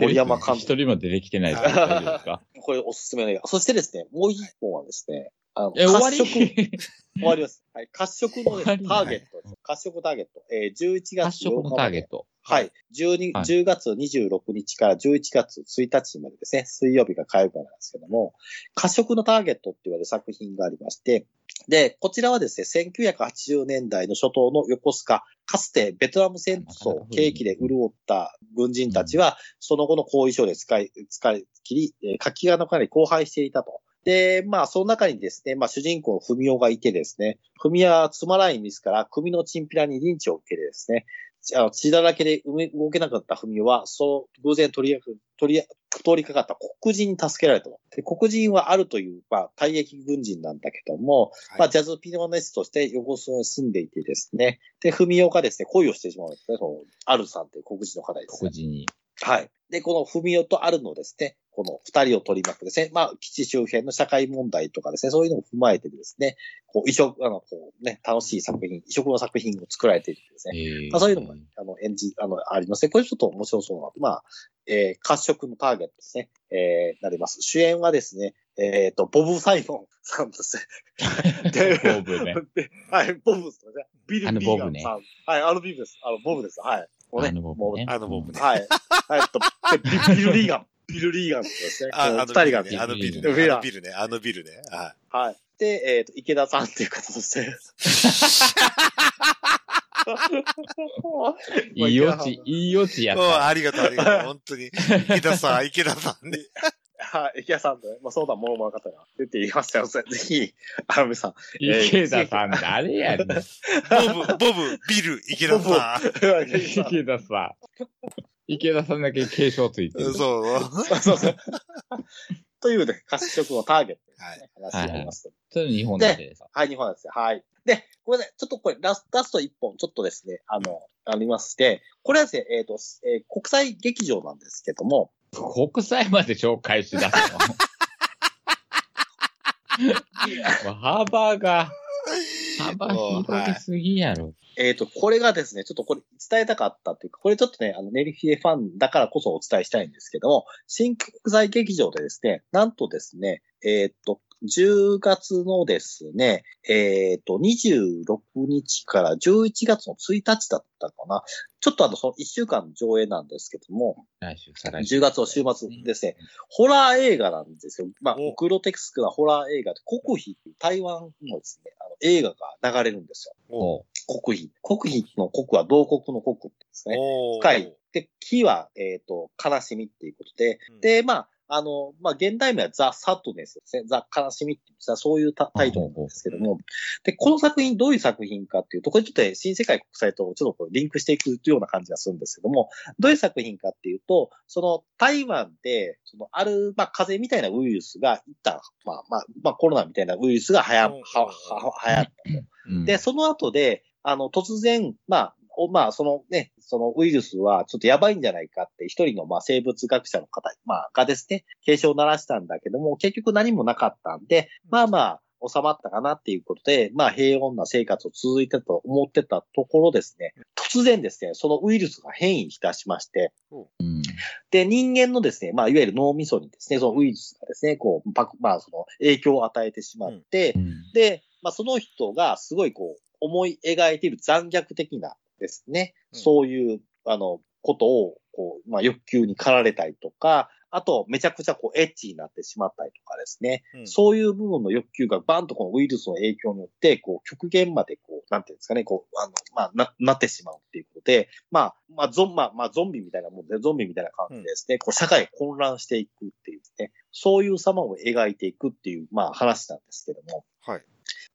C: 森山監
B: 人
C: 督
B: 一人も出てきてないですけど大丈夫ですか
C: これおすすめの映画。そしてですね、もう一本はですね、あの、
B: え、終わ
C: 褐色、
B: り
C: 終わります。はい、褐色のね
B: 終わりね
C: ターゲットです。褐色ターゲット。えー、11月8日
B: 発色のターゲット。
C: はい。12、
B: はい
C: 10月26日から11月1日までですね、水曜日が火曜日なんですけども、褐色のターゲットって言われる作品がありまして、で、こちらはですね、1980年代の初頭の横須賀、かつてベトナム戦争、景気で潤った軍人たちは、その後の後遺症で使い、使い切り、えー活気がなかなり荒廃していたと。で、まあ、その中にですね、まあ、主人公の文雄がいてですね、文雄はつまらないミスから組のチンピラにリンチを受けてですね、あの血だらけで動けなかった文雄は、そう、偶然取り上げ、取り、通りかかった黒人に助けられたと。で黒人はあるという、まあ、退役軍人なんだけども、
A: はい
C: まあ、ジャズピアニストとして横須賀に住んでいてですね、で、文雄がですね、恋をしてしまうんですね、その、アルさんという黒人の方ですね
B: 黒人に。
C: はい。で、この文雄とあるのですね、この二人を取り巻くですね、まあ、基地周辺の社会問題とかですね、そういうのを踏まえてですね、こう、異色、あの、こうね、楽しい作品、異色の作品を作られているんですね。
B: えー
C: まあ、そういうのも、あの、演じ、あの、ありますね。これちょっと面白そうな、まあ、えー、褐色のターゲットですね、えー、なります。主演はですね、えっ、と、ボブ・サイモンさんとして。で
B: ボブね。
C: ではい、ボブですね。ビル・
B: あの
C: ビー
B: ボ
C: ガ
B: ブ
C: ン
B: ね
C: さん。はい、あのビブです。あの、ボブです。はい。もうね
B: あの ボブね
A: あのボブ
C: もうはい。はい、とでビビル・リーガン。ビル・リーガンですね。
A: あ
C: こう
A: あ
C: 二
A: の
C: 人
A: ビ
C: が
A: ル
C: ね
A: ね。あのビル
C: ビ
A: ね。
C: ルだ
A: あのビルね。あのビルね。は
C: はい。で、えっ、と、池田さんっていう方として。
B: いいよち、いいよち
A: い。
B: やっ
A: もう
B: た。
A: ありがとう、ありがとう。本当に。池田 さん、池田さんね。
C: はい、池田さんとね、まあ、そうだ、もろもろの方が出ていましたので、ぜひ、あの 皆さん、
B: 池田さん、誰やねん。
A: ボブ、ボブ、ビル、池田さん。
B: 池田さん。池田さんだけ継承ついてる。
A: そう。
C: そうそうそう。というね、褐色のターゲッ
A: はい。
C: トの話になります。
B: それ日本だけでさ。
C: はい、日本なんですよ。はい。で、これね、ちょっとこれ、ラスラスト一本、ちょっとですね、あの、ありまして、これはですね、えっ、と、えー国際劇場なんですけども、
B: 国際まで紹介しだ すの。もう幅が、幅広げすぎやろ。
C: えっ、と、これがですね、ちょっとこれ伝えたかったというか、これちょっとね、あの、ネリフィエファンだからこそお伝えしたいんですけども、新国際劇場でですね、なんとですね、えっ、と、10月のですね、えっ、と、26日から11月の1日だったかな。ちょっとあの、その1週間の上映なんですけども、
B: 来週、再来週。
C: 10月の週末ですね、ホラー映画なんですよ。まあ
A: お、
C: グロテクスクなホラー映画で、国費っていう台湾のですね、あの映画が流れるんですよ。
B: おう
C: 国費。国費の国は同国の国ですね。
A: おー
C: 深い。で、木は、えっ、と、悲しみっていうことで、
A: うん
C: で、まあ、あの、まあ、現代名はザ・サッドネスですね。ザ・悲しみっていう、そういうタタイトルなんですけども、で、この作品どういう作品かっていうと、これちょっとね新世界国際とちょっとこうリンクしていくような感じがするんですけども、どういう作品かっていうと、その台湾で、そのある、まあ、風邪みたいなウイルスが、いった、まあ、まあ、まあ、コロナみたいなウイルスがはや、は、
A: うん
C: は、はや
B: うん
C: で、その後で、あの、突然、まあ、おまあ、そのね、そのウイルスはちょっとやばいんじゃないかって、一人のまあ生物学者の方、まあ、がですね、警鐘を鳴らしたんだけども、結局何もなかったんで、まあまあ、収まったかなっていうことで、まあ平穏な生活を続いてたと思ってたところですね、突然ですね、そのウイルスが変異しだしまして、
B: うん
C: で、人間のですね、まあ、いわゆる脳みそにですね、そのウイルスがですね、こう、パクまあ、その影響を与えてしまって、
B: うん
C: で、まあ、その人がすごいこう、思い描いている残虐的なですね、
A: うん
C: そういう、あの、ことを、こう、まあ、欲求に駆られたりとか、あと、めちゃくちゃこう、エッチになってしまったりとかですね、
A: うん
C: そういう部分の欲求がバンとこのウイルスの影響によって、こう、極限までこう、なんていうんですかね、こう、あの、まあ、な、なってしまうっていうことで、まあ、まあ、ゾン、まあ、まあ、ゾンビみたいなもんで、ゾンビみたいな感じでですね、こう、社会混乱していくっていうですね、そういう様を描いていくっていう、まあ、話なんですけども、
A: はい。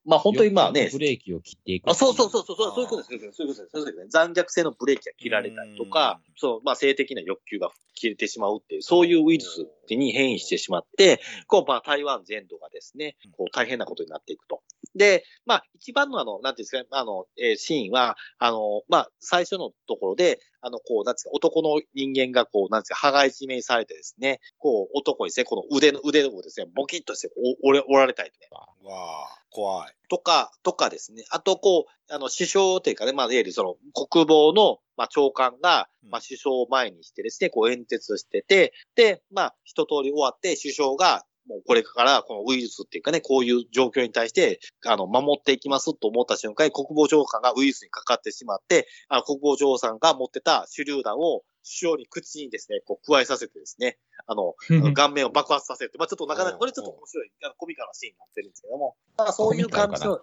C: まあ、本当にまあね
B: ブ、レーキを切っていく。
C: あそうそうそうそう、
A: あー
C: そうそういうことです、そういうことです、そういうことですね。残虐性のブレーキが切られたりとか
A: うん、
C: そう、まあ性的な欲求が切れてしまうっていう、そういうウイルスに変異してしまって、こう、まあ台湾全土がですね
A: うん、
C: こう大変なことになっていくと。で、まあ一番のあの、なんていうんですかね、あの、えーシーンは、あの、まあ最初のところで、あの、こう、なんていうんですか、男の人間がこう、なんていうんですか、羽交い締めにされてですね、こう、男にですね、この腕の、腕をですね、ボキッとしてお折れ折られたりね、
A: うわあ、怖い。
C: とか、とかですね。あと、こう、あの、首相というかね、まあ、いわゆるその、国防の、まあ、長官が、
A: うん
C: まあ、首相を前にしてですね、こう、演説してて、で、まあ、一通り終わって、首相が、もうこれから、このウイルスっていうかね、こういう状況に対して、あの、守っていきますと思った瞬間に、国防長官がウイルスにかかってしまって、あの、国防長官が持ってた手榴弾を、首相に口にですね、こう、加えさせてですね、あの、顔面を爆発させるって、まあ、ちょっとなかなか、これちょっと面白い、あのコミカルなシーンになってるんですけども、まあ、そういう感じの、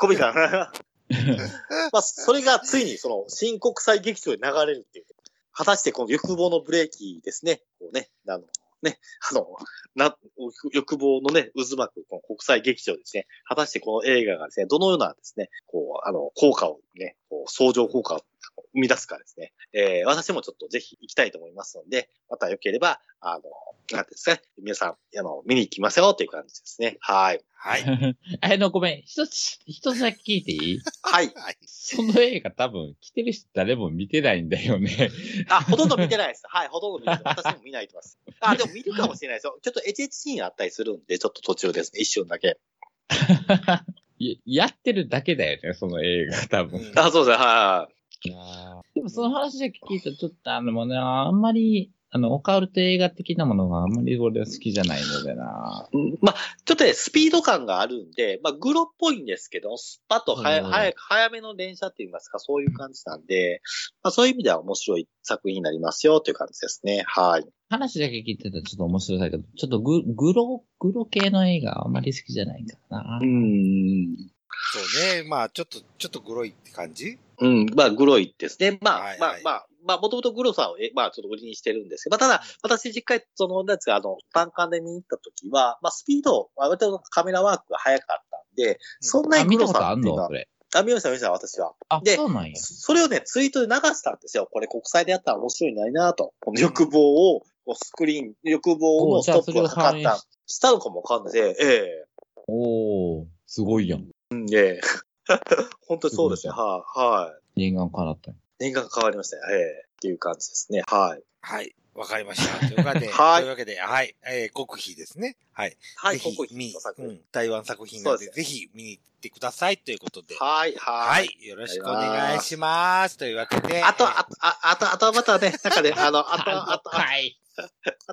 C: コミカルな。 まあ、それがついにその新国際劇場で流れるっていう。果たしてこの欲望のブレーキですね。こうね、あの、ね、あの、な、欲望のね、渦巻くこの国際劇場でですね。果たしてこの映画がですね、どのようなですね、こう、あの、効果をね、こう相乗効果を生み出すかですね。えー、私もちょっとぜひ行きたいと思いますので、また良ければ、あの、なんていうんですかね、皆さん、あの、見に行きましょうという感じですね。はい。
A: はい。
B: あの、ごめん。一つ、一つだけ聞いていい
C: はい。
A: はい。
B: その映画多分、来てる人誰も見てないんだよ ね。
C: あ、ほとんど見てないです。はい、ほとんど見てない。私も見ないと思います。あ、でも見るかもしれないですよ。ちょっと HH シーンあったりするんで、ちょっと途中ですね。一瞬だけ。
B: ややってるだけだよね、その映画多分。
A: あ
C: あ、そうですね。はいはいはい。
B: でもその話だけ聞いたら、ちょっとあの、もうね、あんまりあの、オカルト映画的なものがあんまり俺は好きじゃないのでな。
C: うんまあ、ちょっとね、スピード感があるんで、まあ、グロっぽいんですけど、スパッとはや
B: うん
C: 早く、早めの連射って言いますか、そういう感じなんで、まあ、そういう意味では面白い作品になりますよという感じですね。はい。
B: 話だけ聞いてたらちょっと面白いけど、ちょっとググロ、グロ系の映画あんまり好きじゃないからな。
C: ん。
A: そうね。まあ、ちょっと、ちょっとグロいって感じ
C: うん、まあ、グロいですね。まあ、
A: はい
C: ま
A: は
C: あ
A: い、
C: まあ、まあ、もともとグロさを、えまあ、ちょっと売りにしてるんですけど、まあ、ただ、私、実回、その、なんですか、あの、単館で見に行った時は、まあ、スピード、割とカメラワークが早かったんで、そんな
B: あ、
C: に
B: 見
C: グ
B: た
C: ロ
B: こ
C: さ
B: とあ
C: っ
B: ん
C: ていうの
B: の
C: は
B: そ、れ。
C: あ、見ました、見ました、私は。
B: あ、
C: で
B: そうなんや。
C: それをね、ツイートで流したんですよ。これ国際でやったら面白いのになと。この欲望を、こうスクリーン、欲望
B: お
C: の
B: う
C: ス
B: じゃあ
C: ト
B: そ
C: ッ
B: れ
C: プ
B: を
C: をか
B: 反
C: か
B: 映
C: った
B: し、
C: したのかもわかんないです。ええ
B: おー、すごいやん。
C: うん、え え本当にそうですね。
B: す
C: はい、はい、
B: 念願かなったんや
C: 年間変わりましたね。ええっていう感じですね。はい。
A: はい。わかりました。というわ けで、
C: はい
A: というわけで、はい。えー、国費ですね。はい。
C: はい、
A: ぜ
C: こ
A: ひ
C: こ
A: 見
C: 一つ作
A: う
C: 品。
A: ん、台湾作品なので、
C: そうです
A: ぜひ見に行ってくださいということで。
C: はい、は。
A: はいい。よろしくお願いします。というわけで。
C: あと、
A: えー
C: あと、ああと、あとまたね、なんかね、あの、あと、あと、あ
B: はい。
C: あ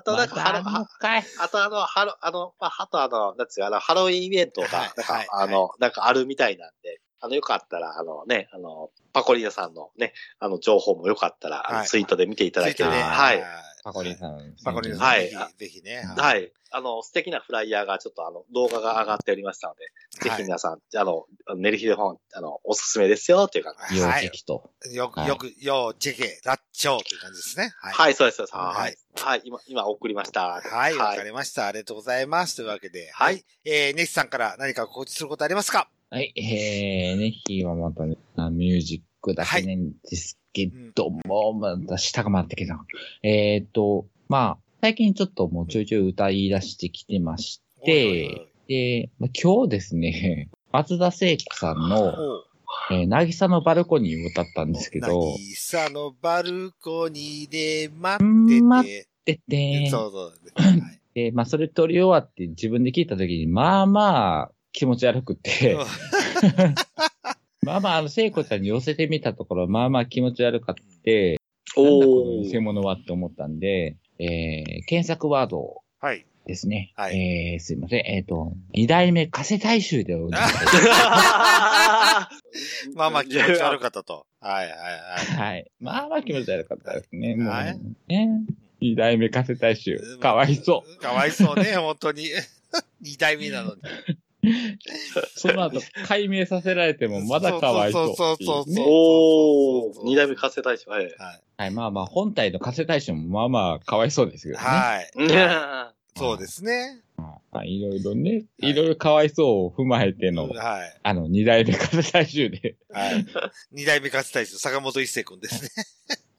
C: と、なんか、
B: また
C: ハロ
B: あのかい。
C: あとあの、ハロ、あの、まあ、あとあの、なんつうか、あの、ハロウィンイベントが、
A: はい
C: なんか、
A: はい
C: あの、なんかあるみたいなんで、あの、よかったら、あのね、あの、パコリーナさんのね、あの、情報もよかったら、あの
A: はい
C: ツイートで見ていただけ
A: ツイ
C: る
A: ート
C: と。
A: で
C: はい。
B: パコリンさん。
A: パコリンさん。
C: は
A: はいい。ぜひね。
B: は
C: はい。あの、素敵なフライヤーが、ちょっとあの、動画が上がっておりましたので、ぜひ皆さん、あの、ネルヒデ本、あの、おすすめですよ、という感
A: は
C: じ。
A: い
B: 要
A: はい
B: チェキと。
A: よく、よく、よう、チェケ、ラッチョーという感じですね。は。
C: はいい、そうです、そうです。
A: は
C: はいい。はい、今、今送りました。
A: はい、わ
C: は
A: か
C: い。
A: りました。ありがとうございます。というわけで、
C: はい。
A: えー、ネヒさんから何か告知することありますか
B: はい、えー、ね、ヒーはまたね、あミュージックだけねんですけども、また下が回ってきたな。えーっと、まあ、最近ちょっともうちょいちょい歌い出してきてまし
A: おいおいお
B: て、で、まあ今日ですね、 松田聖子さん
A: い
B: の、えー、渚のバルコニーを歌ったんですけ
A: お
B: ど、
A: う。渚のバルコニーで待っ
B: 待
A: て
B: で、
A: て。
B: で、
A: そうそう。はい
B: で、まあ、それ撮り終わって自分で聞いたときに、まあまあ、気持ち悪くて、まあまあ、あの、聖子ちゃんに寄せてみたところ、まあまあ気持ち悪かった。なんだこの偽物はって思ったんで、えー、検索ワード
A: はい。
B: ですね。
A: はい
B: えー、すいません。えっ、と、二代目加瀬大衆でお願いしま
A: まあまあ気持ち悪かったと。はいはい
B: す。はい。まあまあ気持ち悪かったですね。もう
A: はい
B: ね。二代目加瀬大衆
A: はい。。
B: かわいそう。
A: う。かわいそうね、本当に。 二代目なのに。
B: その後、解明させられてもまだかわいそうっていね。
A: そうそうそうそう
C: おー、二代目活性大使、はい。
A: は
B: はい。まあまあ、本体の加瀬大衆もまあまあかわいそうです
A: い。
B: けどね。
A: はい。
C: うん
A: そうですね。
B: まあいろいろね、
A: はい
B: いろいろかわいそうを踏まえての、
A: はい。
B: あの、二代目加瀬大衆で。
A: はい。二代目勝大将、坂本一成君ですね。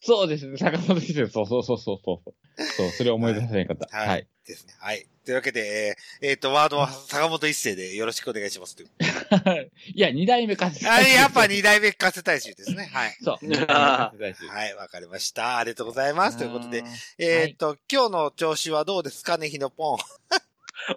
B: そうですね、坂本先生、そうそうそうそうそう。そう、それを思い出さない方。
A: はい
B: はい。
A: ですね。はい。というわけで、えーえーと、ワードは坂本一成でよろしくお願いします という。
B: いや、二代目かつ。
A: あれ、やっぱ二代目勝大衆ですね。 はい。
B: そう。
C: 二
B: は
C: 代目か
B: い。
A: はい、わかりました。ありがとうございます。ということで、
B: あー
A: えっ、と、今日の調子はどうですかね、ひのぽん。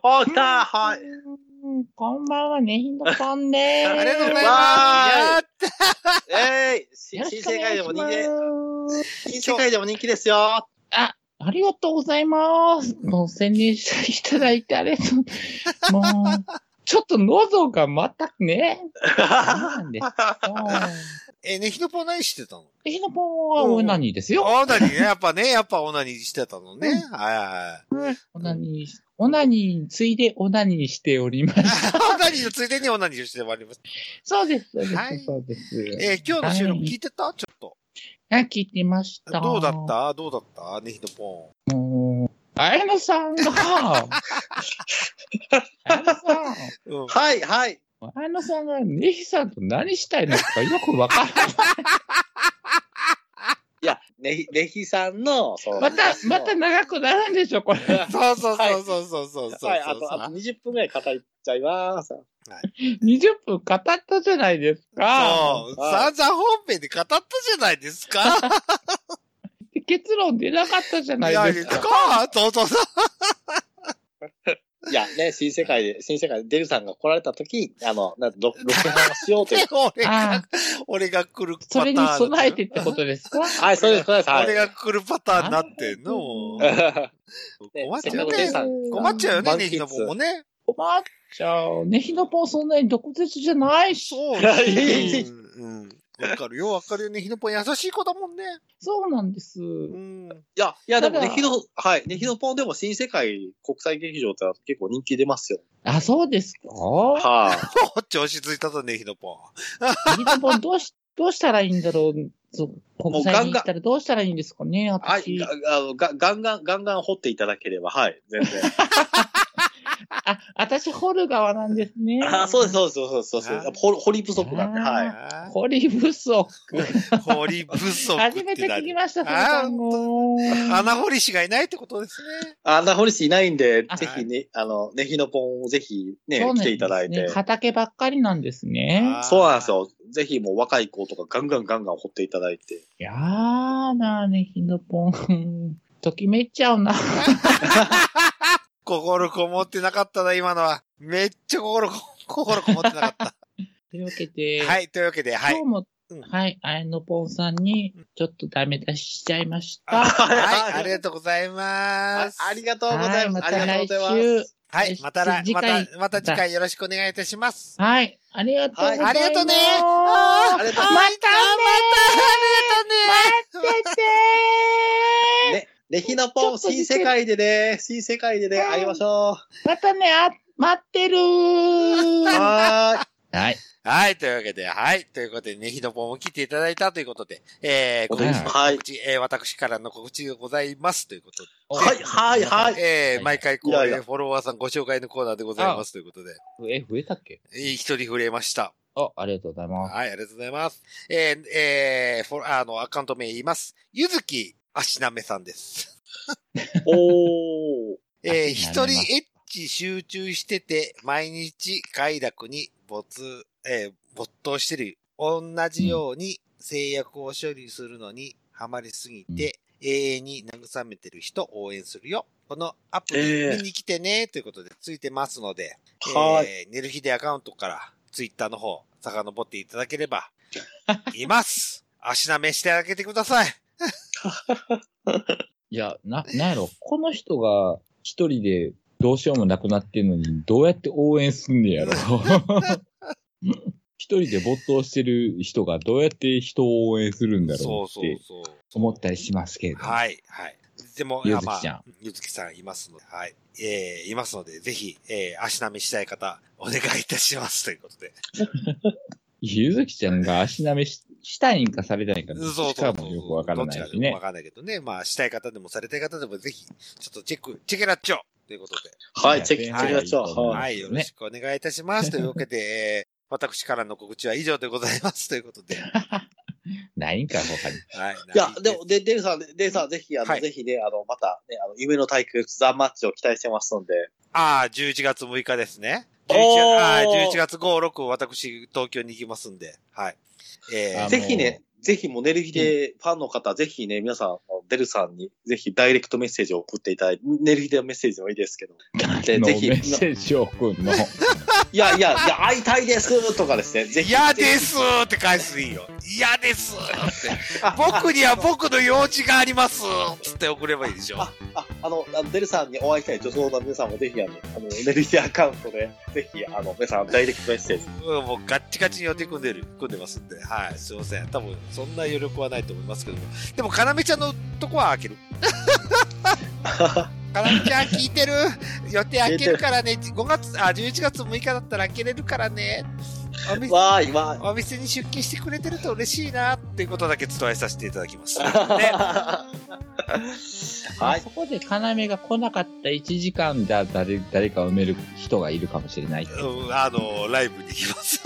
C: おー、来たはい。。
B: うんこんばんは、ねひのぽんで
A: あり
B: す。
A: がとうございます。
C: わーい
A: やっ
C: えい
B: よ
C: 新
B: ろし
C: 新
B: くお
C: 世
B: 願
C: 界
B: い
C: で
B: し
C: も人
B: ま
C: 気、
B: す。
C: 新世界でも人気で すよ。
B: ありがとうございます。もう宣伝していただいてありがと う。もう、ちょっと喉がまたね。そうな んですよ。
A: えーね、ひのぽん何してたの
B: ねひのぽんはオナニーですよ。
A: オナニーね、やっぱね、やっぱオナニーしてたのね。はいはい。
B: オナニー、オナニーについでオナニーしております。
A: オナニーのついでにオナニーをしてまいりました。
B: そうです、そうです、
A: はい
B: そうです。
A: えー今日の収録
B: はい
A: 聞いてたちょっと。
B: あ聞いてました。
A: どうだったどうだったねひのぽ
B: あやのさんが、あやのさん、
A: ん。うん。
C: はい、はい。
B: あやのさんがネヒさんと何したいのかよくわからない。
C: いや、ねひ、ねひさんの、その
B: また、また長くなるんでしょ、これ。
A: そうそうそうそうそうそうそうそう。
C: はい、あと、あと20分ぐらい語っちゃいます。
B: 20分語ったじゃないですか。
A: そう、
C: は
A: 散々本編で語ったじゃないですか。
B: 結論出なかったじゃ
A: い
B: な
A: や、
B: い
A: で
B: ですすか。
A: かそうそうそう。
C: いや、ね、新世界で、新世界でデルさんが来られた時、あの、なんか、録録音をしようという
A: で。俺
B: あ
A: が、俺が来るパタ
B: そ
A: ーン
B: れ
A: に
B: に
A: なってる。
B: 備えてってことですか
C: はい、そうです、そうです。はい
A: 俺。が来るパターンになってんの、もう困っちゃう
C: ね
A: ね。困っちゃうよ
C: 満
A: ね、
C: 喫
A: ネギの棒もね。
B: 困っちゃう。ねひのぽんそんなに毒舌じゃないし。
A: そう。
C: はい
A: うん。うんわかるよ、わかるよね。ひのぽん優しい子だもんね。
B: そうなんです。
A: うん。
C: いや、いや、でも、
B: ただ
C: ねひの、はい、ねひのぽんでも新世界国際劇場って結構人気出ますよ。
B: あ、そうですかね
C: はい、
A: 調子ついたぞ、ねひの ぽん。
B: ひのぽんどうし、どうしたらいいんだろう。そう国際に行ったらどうしたらいいんですかね
C: は
B: 私
C: い、が。がガンガン、ガンガン掘っていただければ、はい、全然。
B: あ、私掘る側なんですね。
C: あそうです、そうです、そうです、そうで
A: あ
C: す。
A: ー
C: やっぱ掘り掘り不足なんで、はい。
A: あ
B: 掘り不足。
A: ー掘り不足
B: 初め
A: って
B: 聞き
A: 何
B: ました、その単語。
A: 穴掘りしがいないってことですね。
C: あんな掘りしいないんで、
B: あ
C: ぜひね、あの、ねひのぽんをぜひね、
B: そうなんです
C: 来ていただいて。
B: 畑ばっかりなんですね
A: あ。ー
C: そうなんです。よ。ぜひもう若い子とかガンガンガンガン掘っていただいて。
B: いやーなーね、ひのぽん。 ときめいちゃうな。
A: 心こもってなかったな、今のは。めっちゃ心こ、心こもってなか った。
B: というわけで、
A: はい、というわけで、はい
B: 今日。も
A: うん、
B: はい、あやのぽんさんに、ちょっとダメ出ししちゃいました。
A: はい、あり
C: が
A: がとうございま
C: あ
A: す。
C: ありがとうございます。
B: はいまた
C: あり
B: 来
C: がとうございま
B: 週
C: す。。
A: はい、また来、
B: 次
A: ま
B: 回
A: た、また次回よろしくお願いいたします。
B: はい、ありがとうございます。
A: ありがとうね。
B: あ
A: ー
C: ありがと
B: またね
C: う
A: またありがとうね
B: 待ってて
C: ね、レヒノポ
B: ち
C: ン、
B: ょっと
C: 新
B: 時間
C: 世界でね、新世界でね、
B: はい
C: 会いましょ
B: ーまたね、あ、待ってる
C: う。
B: ー
C: はーい。
B: はい。
A: はい、というわけで、はい、ということで、ねひのぽんを切っていただいたということで、えー、
B: お
A: 告
B: 願い
A: 知
B: しま、
C: はい
A: 告知、えー、私からの告知でございますということで、
C: はい、はい、はい。
A: え
B: は
A: ー、
B: い
A: 毎回こう、
C: いやいや
A: えーフォロワーさんご紹介のコーナーでございますということで、
B: え、増えたっけ
A: えー一人触れました。
B: あ、ありがとうございます。
A: はい、ありがとうございます。えー、えー、フォロあの、アカウント名言います。ゆずきあしなめさんです。
C: おー。
A: えー、
B: あし
A: 一
B: な
A: 人
B: めます
A: エッチ集中してて、毎日快楽に没、えー、没頭してる。同じように制約を処理するのにハマりすぎて、永遠に慰めてる人応援するよ。このアプ
C: え
A: リ
C: ー
A: 見に来てね、ということでついてますので、
C: はい
A: えー、寝る日でアカウントから、ツイッターの方、遡っていただけれ ば、います。足なめしてあげてください。
B: いや、な、なんやろ、この人が一人でどうしようもなくなってんのに、どうやって応援すんねやろ。 一人で没頭してる人がどうやって人を応援するんだ
A: そ
B: ろ
A: う
B: うっ
A: そう
B: て
A: そう。
B: 思ったりしますけれど。
A: はい、はい。でも、
B: ゆずき
A: まあ
B: ちゃん。
A: ゆずきさんいますので、はい。えー、いますので、ぜひ、えー、足並みしたい方、お願いいたします。ということで。
B: ゆずきちゃんが足並みししたいんかされたいんか、
A: そうそう
B: し
A: そ
B: か
A: う。
B: もよくわからな
A: どっ
B: い
A: ち
B: し
A: かよく
B: ね
A: わ。からないけどね。まあ、したい方でもされたい方でも、ぜひ、ちょっとチェック、チェケラッチョということで。
C: はい、チェック
B: い
C: し
B: や
C: てみましょ
B: 前
C: う。
B: 半
C: はい
A: はい、よろしくお願いいたします。というわけで、え ー私からの告知は以上でございます。ということで。は
B: ないんか、他に。
A: い。
C: いや、でも、で、デルさん、デルさん、ぜひ、あ
A: は
C: の、
A: い
C: ぜひね、あの、また、ね、あの、夢の対決、ザ・マッチを期待してますので。
A: ああ、11月6日ですね。11
C: おー
A: 月あー11月5、6、私、東京に行きますんで。はい。え
B: あの
A: ー、
C: ぜひね、ぜひもう寝る日でファンの方、ぜひね、皆さん、あのデルさんにぜひダイレクトメッセージを送っていただいて、寝る日でメッセージでもいいですけど。ぜ
B: のメ
C: ひ
B: ッセージを送るの。
C: いやいや、いや、会いたいですとかです ね、ぜひ。
A: 嫌ですーって返すでいいよ。嫌ですーって。
C: あ
A: 僕には僕の用事がありますーっつって送ればいいでしょ。
C: あああの、あのデルさんにお会いしたい女装の皆さんもぜひ、あの、あの寝る日でアカウントで、ぜひ、あの、皆さん、ダイレクトメッセ ージ。
A: うんもうガッチガチに予定組んでる、組んでますんで。はい。すいません。多分、そんな余力はないと思いますけども。でも、かなめちゃんのとこは開け る。かなめちゃん聞いてる予定開けるからね。5月、あ、11月6日だったら開けれるからね。お店
C: わーい、わーい。
A: お店に出勤してくれてると嬉しいなっていうことだけ伝えさせていただき ます。ね
C: はい。
B: そこで要が来なかった1時間じゃ誰誰かを埋める人がいるかもしれない。
A: うんあの、ライブに行きま す。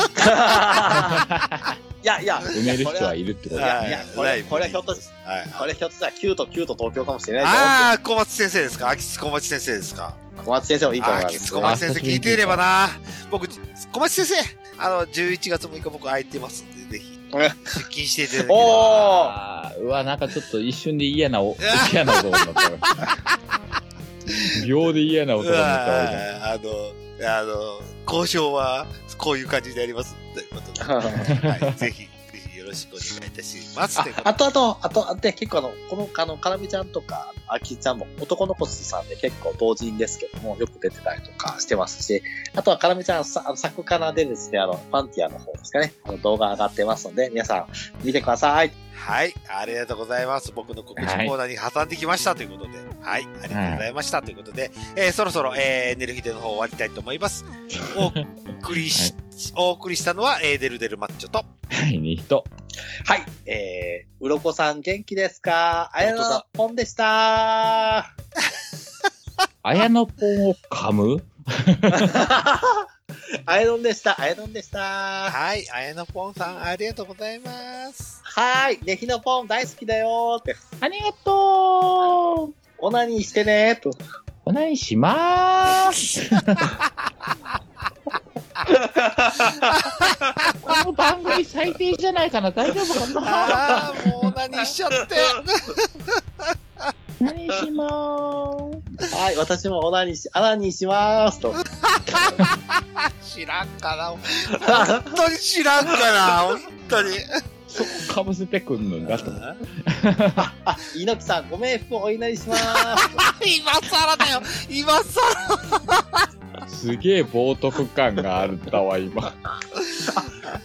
C: いやいや、
B: 埋める人はいるってことだ
A: は
C: やい
B: ね
C: や。これ
A: ライブに
C: これひょっとし
A: はい。
C: これひょっとしたら、キュート、キュート東京かもしれない
A: ああ、小松先生ですか秋津小松先生ですか
C: けど、小松先生もいいと思い
A: あ
C: ま
A: 秋津
C: す
A: 小。松先生聞いていればな。僕、小松先生、あの、11月6日僕空いてますんで、ぜひ、
C: え
A: 出勤していただけ れば。
C: おー
B: あーうわ、なんかちょっと一瞬で嫌なお、嫌なことになった。秒で嫌な
A: う
B: 音が鳴ったわけじゃん
A: わあの、あの、交渉はこういう感じでやります。ということで、 はい、ぜひ、ぜひよろしくお願いいたします。
C: あ
A: ということで
C: あとあと、あと、あと、結構あの、この、あの、カラミちゃんとか、あきちゃんも、男の子さんで結構同人ですけども、よく出てたりとかしてますし、あとはカラミちゃんさ、あの作家なでですね、あの、ファンティアの方ですかね、あの動画上がってますので、皆さん見てください。
A: はい、ありがとうございます。僕の告知コーナーに挟んできましたということで、はい、ありがとうございましたということで、えーそろそろ、えー、寝る日での方終わりたいと思い ます。お送りし、お送りしたのは、えー、デルデルマッチョと、
B: はい、に人。
C: はい、えー、うろこさん元気ですかあやのぽんでした
B: 綾野ポンを噛む
C: あやのんでした、あやのんでした
A: はい、あやのぽんさん、ありがとうございます。
C: はーい、ねひのぽん大好きだよーって、
B: ありがとう
C: オナニーしてねーと。
B: おなにしまーすこの番組最低じゃないかな大丈夫かな
A: ああ、もう何しちゃって。
B: おなにしまー
C: はい、私もオナニーし、アナニーしまーすと。
A: 知らんかな。本当に知らんかな。本当 に。
B: すかぶせてくんのんだと思う
C: あ、猪木さん、ご冥福をお祈りしまーす。
A: 今更だよ。今更。
B: すげえ冒涜感があるんだわ 今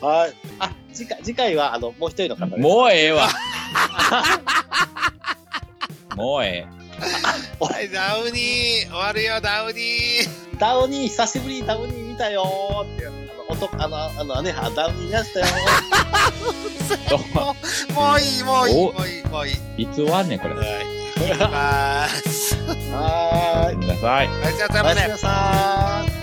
C: はい。あ、次回、次回は、あの、もう一人の方です。
B: もうええわ もうえ
A: はい、ダウニー。終わるよ、ダウニー。
C: ダウニー、久しぶりにダウニー見たよーって。あの、男、あの、あの、ね、あダウニーいましたよー。
B: えどうも
A: もういい、もういい、
B: お
A: もういい、もういい。
B: いつ終わんねんこれ
A: はい。行きまーす。
B: ご
C: はーい。
B: めんなさい
A: ありがとうございま
C: おや
A: す
C: み。なさーい。